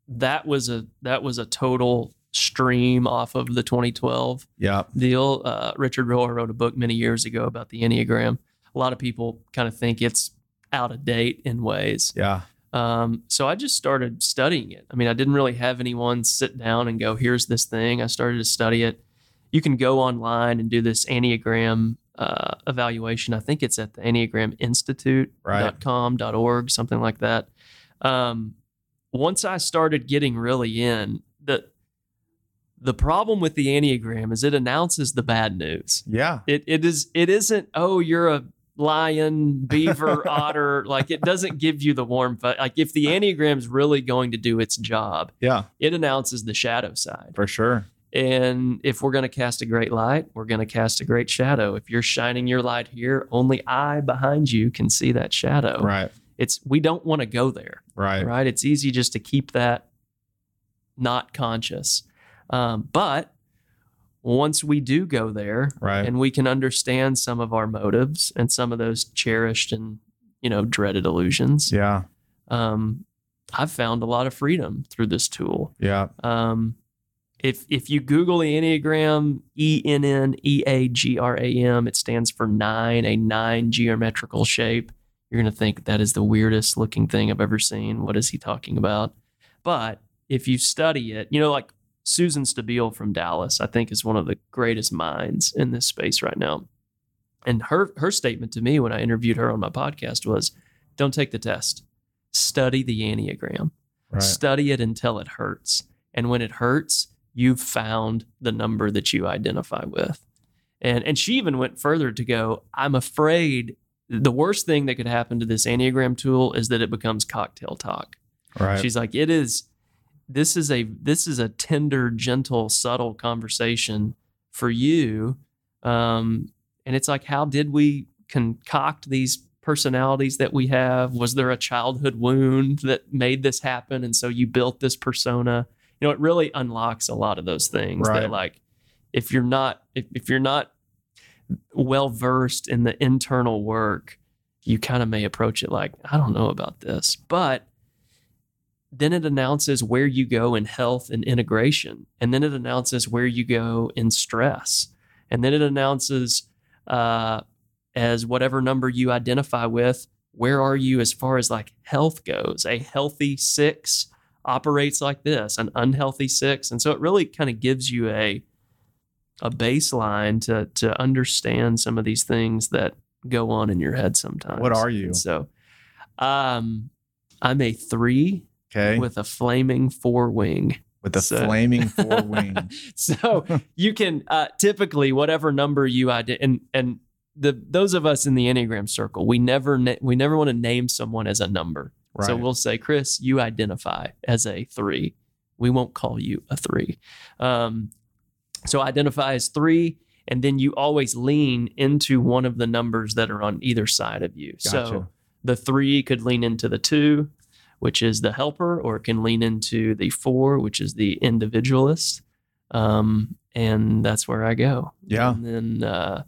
A: that was a that was a total stream off of the 2012
B: Yeah.
A: deal. Uh, Richard Rohr wrote a book many years ago about the Enneagram. A lot of people kind of think it's out of date in ways.
B: Yeah.
A: Um, so I just started studying it. I mean, I didn't really have anyone sit down and go, here's this thing. I started to study it. You can go online and do this Enneagram uh, evaluation. I think it's at the Enneagram
B: Right.
A: Institute.com, .org, something like that. Um, once I started getting really in, the, the problem with the Enneagram is it announces the bad news.
B: Yeah.
A: It it is it isn't. Oh, you're a lion, beaver, otter. Like it doesn't give you the warm. Fu- like if the enneagram's really going to do its job,
B: Yeah.
A: it announces the shadow side.
B: For sure.
A: And if we're going to cast a great light, we're going to cast a great shadow. If you're shining your light here, only I behind you can see that shadow.
B: Right.
A: It's we don't want to go there
B: Right.
A: Oh. right? It's easy just to keep that not conscious. Um, but once we do go there
B: Right.
A: and we can understand some of our motives and some of those cherished and, you know, dreaded illusions,
B: Yeah.
A: um, I've found a lot of freedom through this tool.
B: Yeah.
A: Um, if if you Google the Enneagram, E N N E A G R A M, it stands for nine, a nine geometrical shape. You're gonna think that is the weirdest looking thing I've ever seen. What is he talking about? But if you study it, you know, like Susan Stabile from Dallas, I think is one of the greatest minds in this space right now. And her her statement to me when I interviewed her on my podcast was, "Don't take the test, study the Enneagram."
B: Right.
A: study it until it hurts. And when it hurts, you've found the number that you identify with. And and she even went further to go, I'm afraid the worst thing that could happen to this Enneagram tool is that it becomes cocktail talk.
B: Right.
A: She's like, it is this is a this is a tender, gentle, subtle conversation for you. Um, and it's like, how did we concoct these personalities that we have? Was there a childhood wound that made this happen? And so you built this persona. You know, it really unlocks a lot of those things
B: Right.
A: that like if you're not if, if you're not well versed in the internal work, you kind of may approach it like, I don't know about this. But then it announces where you go in health and integration and then it announces where you go in stress and then it announces uh, as whatever number you identify with where are you as far as like health goes a healthy six operates like this an unhealthy six and so it really kind of gives you a a baseline to to understand some of these things that go on in your head sometimes
B: What are you?
A: so um i'm a three
B: Okay. With,
A: with a flaming four wing.
B: a
A: so-
B: flaming four wings.
A: So you can uh, typically whatever number you ident and and the those of us in the enneagram circle, we never na- we never want to name someone as a number.
B: Right.
A: So we'll say, Chris, you identify as a three. We won't call you a three. Um, so identify as three, and then you always lean into one of the numbers that are on either side of you. So
E: Gotcha.
A: the three could lean into the two, which is the helper, or it can lean into the four, which is the individualist. Um, and that's where I go.
E: Yeah.
A: And then uh,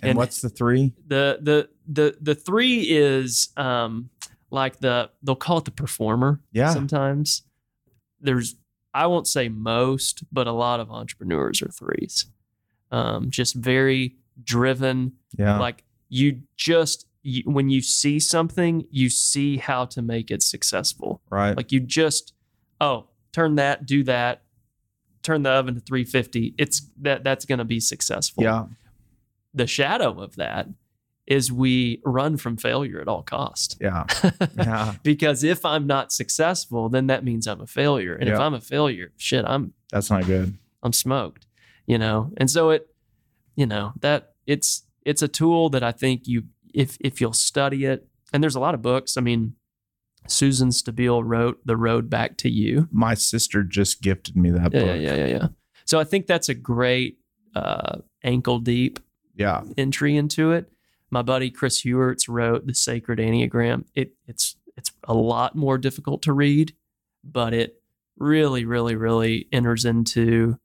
B: And,
A: And-
B: what's the three?
A: the the the the three is um like the they'll call it the performer
B: Yeah.
A: sometimes there's i won't say most but a lot of entrepreneurs are threes um just very driven
B: Yeah.
A: like you just you, when you see something you see how to make it successful
B: right.
A: like you just, oh, turn that, do that, turn the oven to 350. It's that that's going to be successful.
B: Yeah.
A: The shadow of that is we run from failure at all cost.
B: yeah. Yeah.
A: because if I'm not successful, then that means I'm a failure. And if
B: Yeah.
A: I'm a failure, shit, I'm
B: That's not good.
A: I'm smoked, you know. And so it, you know, that it's it's a tool that I think you if if you'll study it. And there's a lot of books. I mean, Susan Stabile wrote The Road Back to You.
B: My sister just gifted me that
A: Yeah,
B: book.
A: yeah, yeah, yeah, yeah. So I think that's a great uh, ankle deep
B: Yeah.
A: entry into it. My buddy Chris Hewerts wrote the Sacred Enneagram. It it's it's a lot more difficult to read, but it really, really, really enters into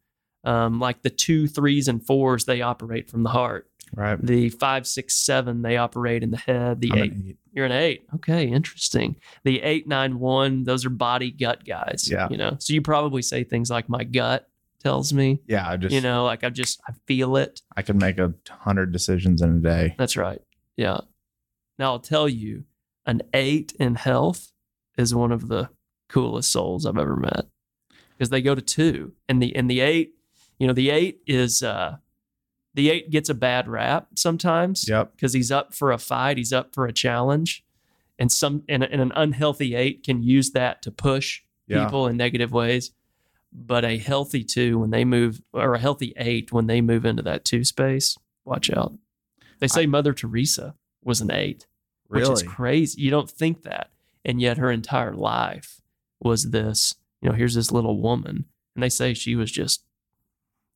A: um, like the two, threes, and fours. They operate from the heart.
B: Right.
A: The five, six, seven. They operate in the head. The
B: I'm an
A: eight.
B: eight.
A: You're an eight. Okay, interesting. The eight, nine, one. Those are body gut guys.
B: Yeah.
A: You know. So you probably say things like my gut tells me.
B: Yeah. I just,
A: you know, like I just I feel it.
B: I could make a hundred decisions in a day.
A: That's right. Yeah. Now I'll tell you, an eight in health is one of the coolest souls I've ever met because they go to two, and the and the eight, you know, the eight is uh, the eight gets a bad rap sometimes
B: Yep.
A: because he's up for a fight, he's up for a challenge, and some and, and an unhealthy eight can use that to push
B: Yeah.
A: people in negative ways. But a healthy two, when they move, or a healthy eight, when they move into that two space, watch out. They say Mother Teresa was an eight, which
B: Really?
A: is crazy. You don't think that, and yet her entire life was this. You know, here's this little woman, and they say she was just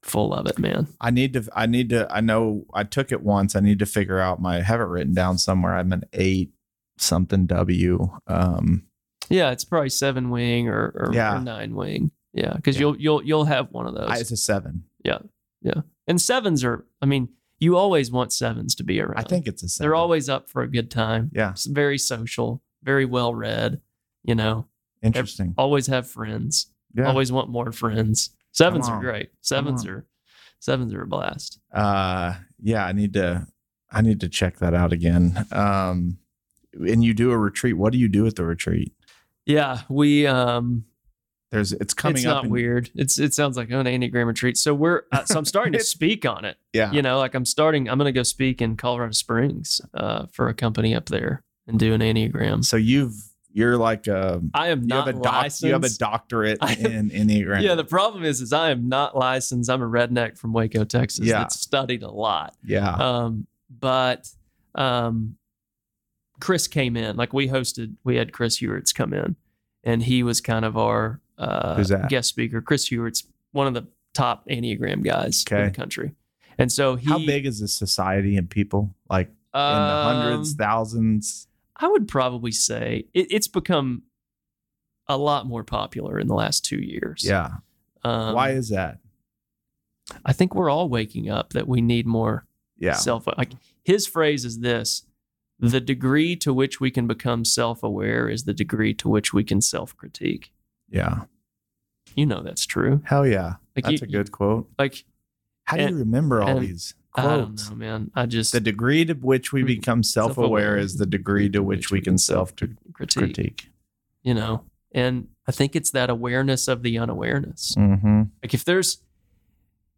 A: full of it, man.
B: I need to, I need to, I know I took it once. I need to figure out my, I have it written down somewhere. I'm an eight something W. Um,
A: Yeah, it's probably seven wing or, or, or
B: Yeah.
A: nine wing. Yeah, because
B: Yeah.
A: you'll you'll you'll have one of those.
B: I, it's a seven.
A: and sevens are. I mean, you always want sevens to be around.
B: I think it's a seven.
A: they're always up for a good time.
B: yeah.
A: S- Very social, very well read. You know,
B: Interesting.
A: always have friends.
B: Yeah.
A: Always want more friends. Sevens
B: Come
A: are
B: on.
A: great. Sevens
B: on.
A: are sevens are a blast.
B: uh yeah i need to i need to check that out again um and you do a retreat what do you do at the retreat
A: Yeah, we um
B: there's it's coming
A: it's
B: up
A: not
B: in-
A: weird. It's it sounds like oh, an anagram retreat. So we're uh, so I'm starting to
B: It's-
A: speak on it.
B: yeah
A: you know, like I'm starting, I'm going to go speak in Colorado Springs uh, for a company up there and do an Enneagram.
B: so you've you're like a
A: I am
B: you
A: not
B: have a doc,
A: licensed.
B: you have a doctorate
A: I
B: in enneagram
A: yeah, the problem is, is I am not licensed. I'm a redneck from Waco, Texas.
B: Yeah. Uh-huh.
A: That's studied a lot.
B: yeah
A: Um, but um, Chris came in, like we hosted, we had Chris Hewerts come in and he was kind of our uh,
B: Who's that?
A: guest speaker. Chris Hewerts, one of the top Enneagram guys in the
B: Okay.
A: country. And so he,
B: how big is this society and people like in the hundreds
A: um,
B: thousands
A: I would probably say it, it's become a lot more popular in the last two years.
B: yeah
A: Um,
B: why is that
A: I think we're all waking up that we need more
B: yeah
A: self. Like his phrase is this: the degree to which we can become self-aware is the degree to which we can self-critique.
B: yeah
A: You know that's true.
B: hell yeah
A: Like
B: that's
A: you-
B: a good quote
A: Like
B: how do
A: and-
B: you remember all
A: and-
B: these
A: I don't
B: quotes
A: know, man. I just
B: the degree to which we
A: Hmm.
B: become self-aware
A: Self-aware.
B: is the degree to which we can self-critique
A: critique. You know, and I think it's that awareness of the unawareness.
B: Mm-hmm.
A: Like if there's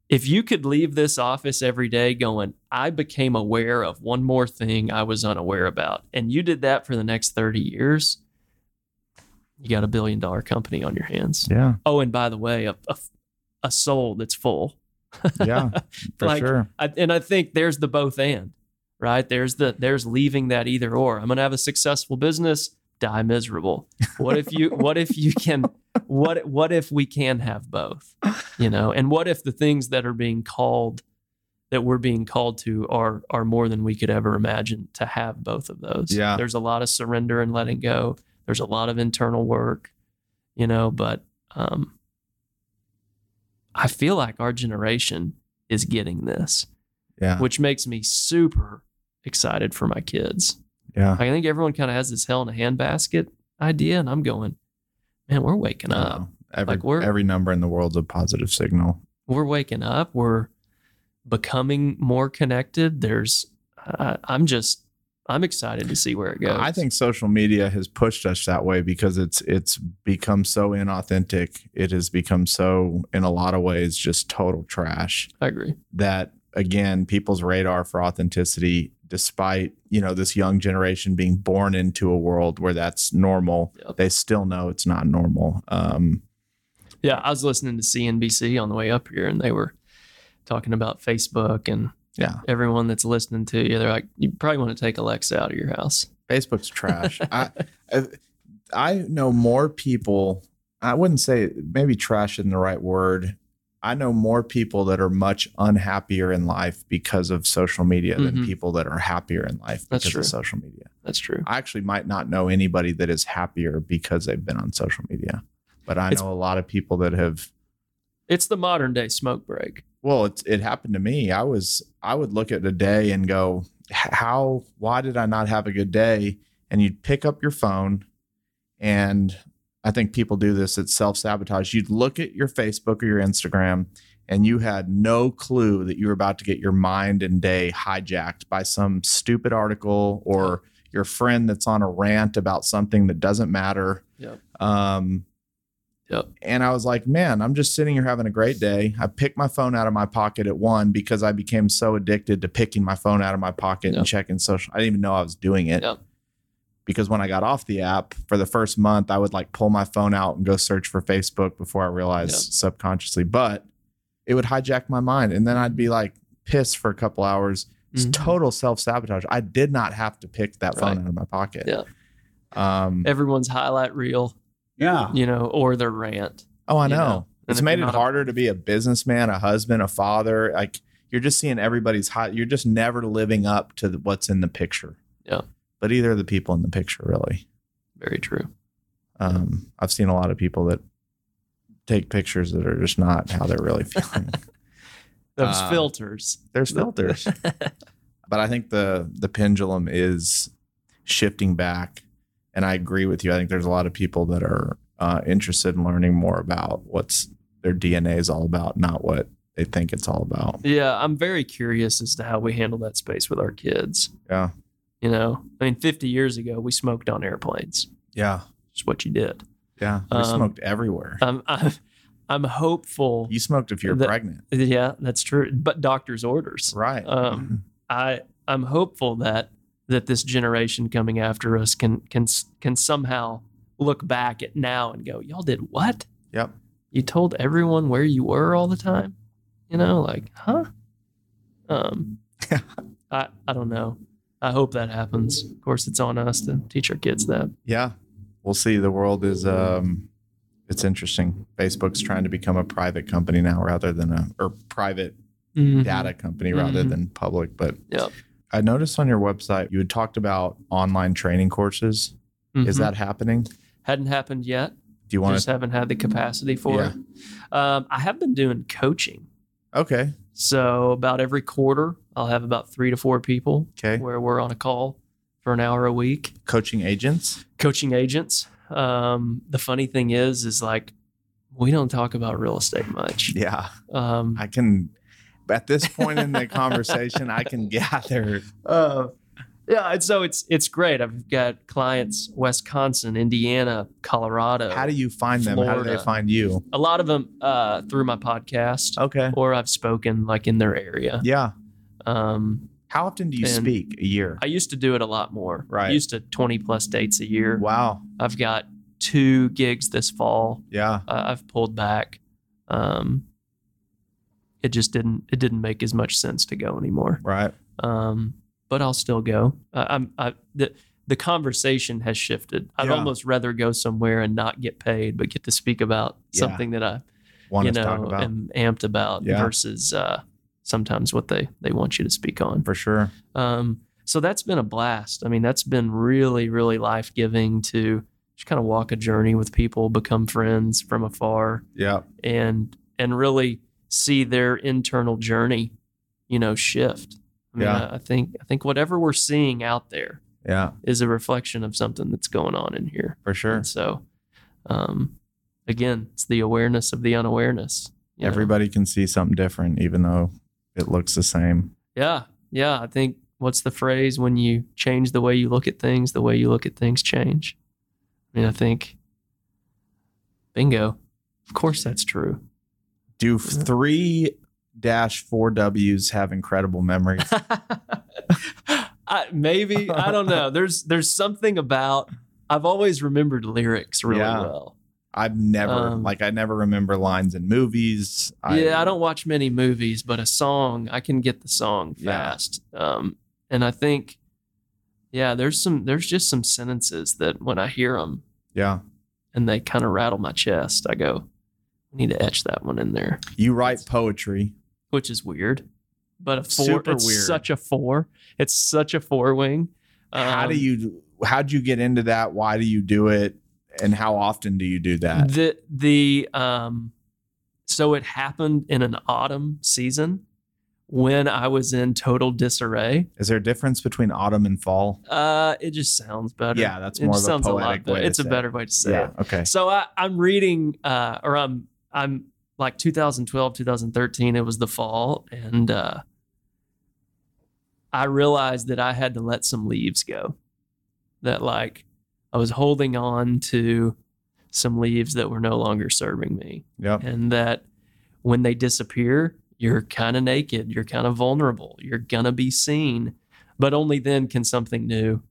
A: if you could leave this office every day going, I became aware of one more thing I was unaware about, and you did that for the next 30 years, you got a billion dollar company on your hands.
B: Yeah,
A: Oh, and by the way, a, a, a soul that's full.
B: yeah, for
A: Like,
B: sure.
A: I, and I think there's the both and, right? There's the there's leaving that either or. I'm gonna have a successful business, die miserable. What if you what if you can what what if we can have both? You know, and what if the things that are being called that we're being called to are are more than we could ever imagine to have both of those.
B: Yeah.
A: There's a lot of surrender and letting go. There's a lot of internal work, you know, but um I feel like our generation is getting this,
B: Yeah.
A: which makes me super excited for my kids.
B: Yeah.
A: I think everyone kind of has this hell in a handbasket idea, and I'm going, man, we're waking
B: I don't
A: up.
B: know. Every,
A: like we're-
B: every number in the world's a positive signal.
A: We're waking up. We're becoming more connected. There's, I I'm just, I'm excited to see where it goes.
B: Uh, I think social media has pushed us that way because it's it's become so inauthentic. It has become so in a lot of ways just total trash
A: I agree.
B: that again people's radar for authenticity despite, you know, this young generation being born into a world where that's normal,
A: Yep.
B: they still know it's not normal. Um
A: Yeah, I was listening to CNBC on the way up here, and they were talking about Facebook and
B: yeah,
A: everyone that's listening to you. They're like, you probably want to take Alexa out of your house.
B: Facebook's trash. I, I I know more people. I wouldn't say maybe trash isn't the right word. I know more people that are much unhappier in life because of social media than
A: Mhm.
B: people that are happier in life
A: That's
B: because
A: true.
B: of social media.
A: That's true.
B: I actually might not know anybody that is happier because they've been on social media, but I
A: It's-
B: know a lot of people that have
A: It's the modern day smoke break.
B: well, it, it happened to me. I was I would look at a day and go, "H- how why did I not have a good day? And you'd pick up your phone, and I think people do this. It's self sabotage. You'd look at your Facebook or your Instagram, and you had no clue that you were about to get your mind and day hijacked by some stupid article or your friend that's on a rant about something that doesn't matter.
A: Yep.
B: Um,
A: Yep.
B: and I was like, man, I'm just sitting here having a great day. I picked my phone out of my pocket at one because I became so addicted to picking my phone out of my pocket
A: Yep.
B: and checking social. I didn't even know I was doing it.
A: Yep.
B: Because when I got off the app for the first month, I would like pull my phone out and go search for Facebook before I realized
A: Yep.
B: subconsciously, but it would hijack my mind. And then I'd be like pissed for a couple hours. It's
A: Mhm.
B: total self sabotage. I did not have to pick that phone
A: Right.
B: out of my pocket.
A: Yeah.
B: Um,
A: Everyone's highlight reel,
B: yeah.
A: you know, or their rant.
B: Oh, I
A: you
B: know.
A: know? And
B: It's
A: if
B: made
A: you're
B: it
A: not a-
B: harder to be a businessman, a husband, a father. Like you're just seeing everybody's hot. You're just never living up to the, what's in the picture.
A: Yeah.
B: But either of the people in the picture, really.
A: Very true.
B: Um, I've seen a lot of people that take pictures that are just not how they're really feeling.
A: Those
B: Uh,
A: filters.
B: There's filters. but I think the the pendulum is shifting back, and I agree with you. I think there's a lot of people that are uh, interested in learning more about what's their DNA is all about, not what they think it's all about.
A: Yeah, I'm very curious as to how we handle that space with our kids.
B: Yeah.
A: You know, I mean, 50 years ago, we smoked on airplanes.
B: Yeah,
A: It's what you did.
B: yeah. We
A: Um,
B: smoked everywhere.
A: I'm, I'm, I'm hopeful.
B: you smoked if you're
A: the-
B: pregnant,
A: Yeah, that's true. But doctor's orders.
B: right?
A: um, I, I'm hopeful that that this generation coming after us can can can somehow look back at now and go, y'all did what?
B: yep.
A: you told everyone where you were all the time you know like huh um i i don't know i hope that happens of course it's on us to teach our kids that
B: Yeah, we'll see. The world is um, it's interesting. Facebook's trying to become a private company now, rather than a or private
A: Mm-hmm.
B: data company rather
A: Mhm.
B: than public. But
A: Yep.
B: I noticed on your website you had talked about online training courses. Is
A: Mhm.
B: that happening? Do
A: hadn't happened yet
B: you want
A: just
B: to?
A: haven't had the capacity for it um i have been doing coaching
B: Okay.
A: so about every quarter i'll have about three to four people
B: Okay.
A: where we're on a call for an hour a week
B: Coaching agents.
A: coaching agents. Um, the funny thing is, is like we don't talk about real estate much.
B: Yeah,
A: Um,
B: I can. At this point in the conversation, I can gather.
A: uh, yeah, and so it's it's great. I've got clients Wisconsin, Indiana, Colorado.
B: How do you find them? How do they
A: Florida.
B: find you?
A: a lot of them uh, through my podcast,
B: Okay.
A: or I've spoken like in their area.
B: Yeah.
A: Um,
B: How often do you
A: And-
B: speak a year?
A: I used to do it a lot more.
B: Right.
A: I used to twenty plus dates a year.
B: Wow.
A: I've got two gigs this fall.
B: Yeah.
A: uh, I've pulled back. Um, it just didn't it didn't make as much sense to go anymore.
B: Right.
A: Um, but I'll still go. I, I'm I, the the conversation has shifted. I'd
D: Yeah.
A: almost rather go somewhere and not get paid, but get to speak about
D: Yeah.
A: something that I
D: Want
A: you
D: us to talk
A: know
D: about
A: am amped about
D: Yeah.
A: versus uh, sometimes what they they want you to speak on.
D: for sure.
A: Um, so that's been a blast. I mean, that's been really really life giving to just kind of walk a journey with people, become friends from afar
D: Yeah,
A: and and really see their internal journey, you know, shift. I mean,
D: Yeah.
A: I, I think I think whatever we're seeing out there
D: yeah,
A: is a reflection of something that's going on in here.
D: for sure.
A: And so, um, again, it's the awareness of the unawareness. you know?
D: Everybody can see something different, even though it looks the same.
A: Yeah, yeah. I think what's the phrase when you change the way you look at things, the way you look at things change. I mean, I think, bingo. Of course, that's true.
D: Do
A: Mm-hmm.
D: three dash four W's have incredible memories?
A: I, maybe I don't know. There's there's something about I've always remembered lyrics really
D: Yeah.
A: well.
D: I've never
A: Um,
D: like I never remember lines in movies.
A: yeah, I don't watch many movies, but a song I can get the song
D: Yeah.
A: fast. Um, and I think, yeah, there's some there's just some sentences that when I hear them
D: Yeah,
A: and they kind of rattle my chest, I go, I need to etch that one in there,
D: you write poetry.
A: which is weird, but a four.
D: Super
A: it's
D: weird.
A: such a four. It's such a four wing.
D: how do
A: Um,
D: you? How'd you get into that? Why do you do it? And how often do you do that?
A: the the um so it happened in an autumn season when i was in total disarray
D: Is there a difference between autumn and fall?
A: uh it just sounds better
D: Yeah, that's
A: It
D: more
A: just
D: of a
A: sounds lot
D: poetic
A: better.
D: way. to
A: it's a
D: say it.
A: better way to say
D: Yeah.
A: it
D: Okay.
A: so i i'm reading uh or i'm i'm like 2012 2013 it was the fall and uh i realized that i had to let some leaves go that like i was holding on to some leaves that were no longer serving me
D: Yep.
A: and that when they disappear, you're kind of naked, you're kind of vulnerable, you're gonna be seen, but only then can something new,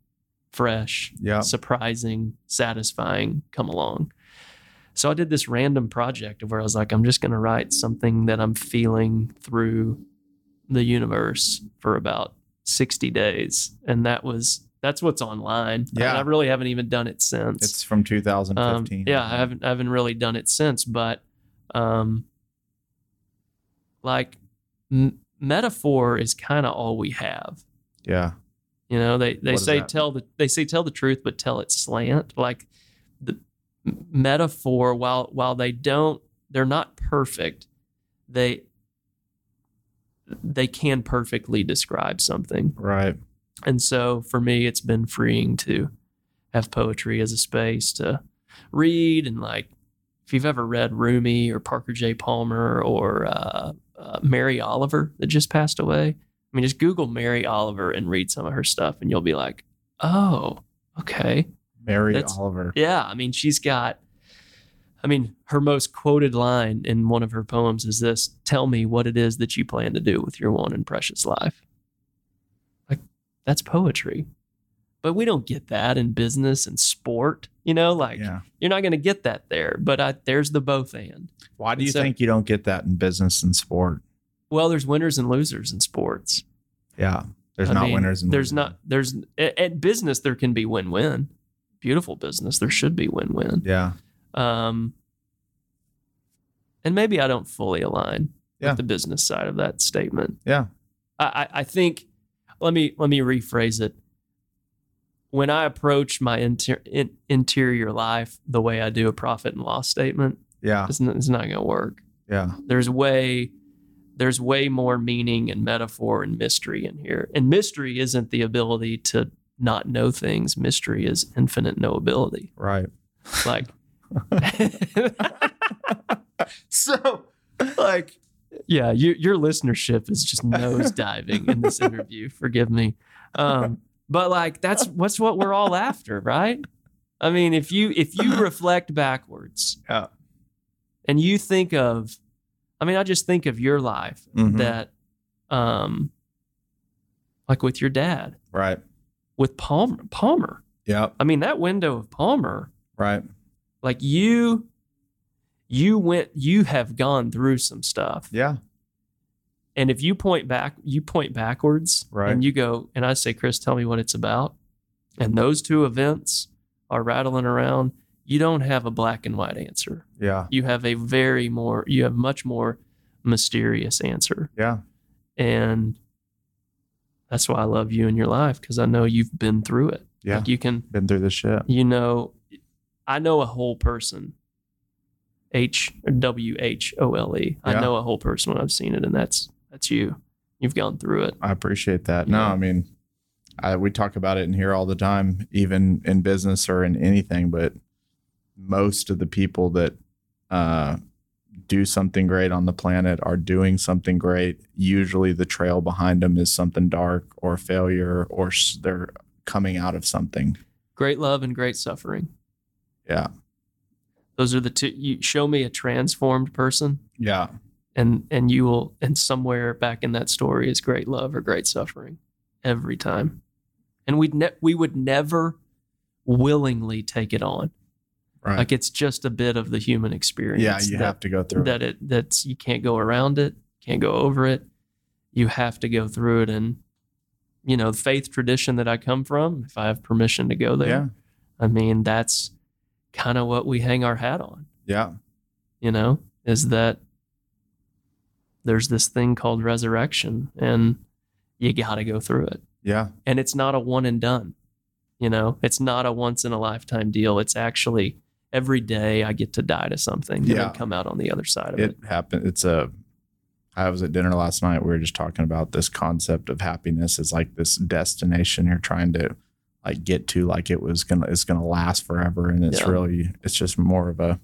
A: fresh,
D: Yep.
A: surprising, satisfying come along. So I did this random project of where I was like, I'm just gonna write something that I'm feeling through the universe for about 60 days, and that was that's what's online. I mean,
D: Yeah.
A: I really haven't even done it since.
D: It's from
A: Um,
D: 2015.
A: yeah, I haven't I haven't really done it since, but um, like m- metaphor is kind of all we have.
D: Yeah.
A: You know, they they
D: What does
A: say
D: that
A: tell the they say tell the truth, but tell it slant. Like the m- metaphor, while while they don't, they're not perfect. They they can perfectly describe something.
D: Right.
A: And so for me, it's been freeing to have poetry as a space to read. And like, if you've ever read Rumi or Parker J. Palmer or uh, uh, Mary Oliver that just passed away, I mean, just Google Mary Oliver and read some of her stuff, and you'll be like, oh, okay.
D: Mary
A: That's-
D: Oliver.
A: Yeah, I mean, she's got. I mean, her most quoted line in one of her poems is this Tell me what it is that you plan to do with your one and precious life. Like, that's poetry. But we don't get that in business and sport. You know, like,
D: yeah.
A: you're not going to get that there. But I, there's the both and.
D: Why do you
A: so-
D: think you don't get that in business and sport?
A: Well, there's winners and losers in sports.
D: Yeah. There's
A: I
D: not
A: mean,
D: winners and losers.
A: There's not, there's, at at business, there can be win win. Beautiful business, there should be win win.
D: Yeah.
A: Um, and maybe I don't fully align
D: Yeah.
A: with the business side of that statement.
D: Yeah.
A: I, I, I think let me let me rephrase it. When I approach my inter- in, interior life the way I do a profit and loss statement,
D: Yeah.
A: it's not, it's not going to work.
D: Yeah.
A: There's way there's way more meaning and metaphor and mystery in here. And mystery isn't the ability to not know things. Mystery is infinite knowability.
D: Right.
A: Like
D: So, like,
A: yeah, you, your listenership is just nose diving in this interview. Forgive me, um, but like that's what's what we're all after, right? I mean, if you if you reflect backwards,
D: Yeah.
A: and you think of, I mean, I just think of your life
B: Mm-hmm,
A: that, um, like with your dad,
D: right.
A: with Palmer, Palmer.
D: Yep.
A: I mean, that window of Palmer,
D: Right.
A: like you, you went, you have gone through some stuff.
D: Yeah.
A: And if you point back, you point backwards,
D: Right.
A: and you go, and I say, Chris, tell me what it's about. and those two events are rattling around, you don't have a black and white answer.
B: Yeah.
A: You have a very more, you have much more mysterious answer.
B: Yeah.
A: And that's why I love you and your life because I know you've been through it.
B: Yeah.
A: Like you can,
B: Been through this shit.
A: you know, I know a whole person. H W H O L E. I
B: Yeah.
A: know a whole person when I've seen it, and that's that's you. You've gone through it.
B: I appreciate that. No,
A: Yeah.
B: I mean, I, we talk about it in here all the time, even in business or in anything. But most of the people that uh, do something great on the planet are doing something great. Usually, the trail behind them is something dark or failure, or s- they're coming out of something.
A: Great love and great suffering.
B: Yeah,
A: Those are the two. You show me a transformed person,
B: yeah,
A: and and you will. And somewhere back in that story is great love or great suffering, every time. And we'd ne- we would never willingly take it on.
B: right.
A: Like it's just a bit of the human experience.
B: yeah, you
A: that-
B: have to go through it.
A: that it that's you can't go around it can't go over it you have to go through it and you know the faith tradition that i come from if i have permission to go there
B: Yeah,
A: i mean that's kind of what we hang our hat on
B: yeah,
A: you know is that there's this thing called resurrection and you got to go through it
B: yeah,
A: and it's not a one and done you know it's not a once in a lifetime deal it's actually every day i get to die to something and
B: Yeah.
A: then come out on the other side of it
B: it happened. It's a. I was at dinner last night. We were just talking about this concept of happiness is like this destination you're trying to like get to, like it was gonna, it's gonna last forever, and it's
A: Yeah.
B: really, it's just more of a,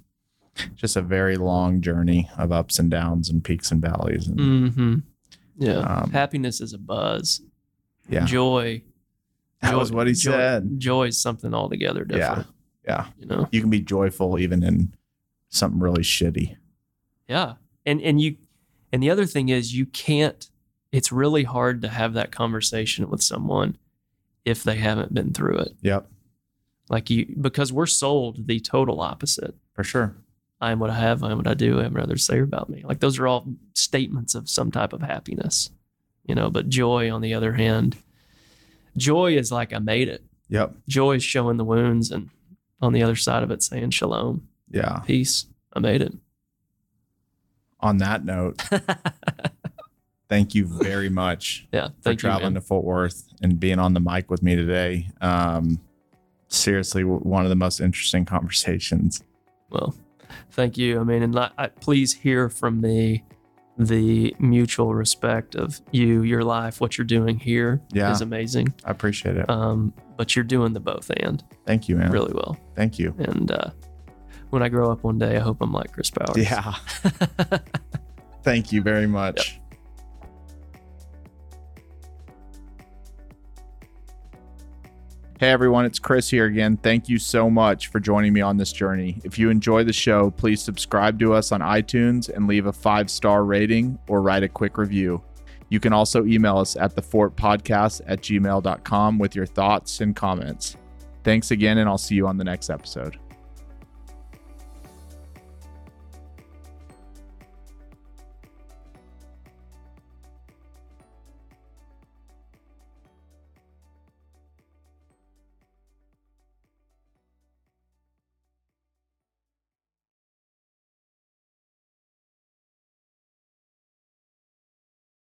B: just a very long journey of ups and downs and peaks and valleys, and
A: hmm Yeah.
B: Mm-hmm. Um,
A: Happiness is a buzz.
B: Yeah.
A: Joy.
B: that was what he
A: joy,
B: said.
A: Joy is something altogether different.
B: Yeah.
A: You know?
B: You can be joyful even in something really shitty.
A: Yeah. And and you and the other thing is you can't it's really hard to have that conversation with someone if they haven't been through it.
B: Yep,
A: Like you because we're sold the total opposite.
B: for sure.
A: I am what I have, I am what I do, I am what others say about me. Like those are all statements of some type of happiness. You know, but joy on the other hand, joy is like I made it.
B: Yep.
A: joy is showing the wounds and on the other side of it saying shalom
B: Yeah.
A: peace i made it
B: On that note, thank you very much.
A: yeah
B: for
A: thank you
B: traveling
A: man.
B: to Fort Worth and being on the mic with me today. Um, seriously, w- one of the most interesting conversations.
A: well thank you i mean and li- I, please hear from me the mutual respect of you your life what you're doing here is
B: Yeah.
A: amazing
B: I appreciate it.
A: um but you're doing the both and
B: Thank you, man.
A: really well
B: Thank you.
A: and uh when i grow up one day i hope i'm like chris powers
B: Yeah. Thank you very much.
F: Hey everyone, it's Chris here again. Thank you so much for joining me on this journey. If you enjoy the show, please subscribe to us on iTunes and leave a five star rating or write a quick review. You can also email us at thefortpodcast at gmail.com with your thoughts and comments. Thanks again, and I'll see you on the next episode.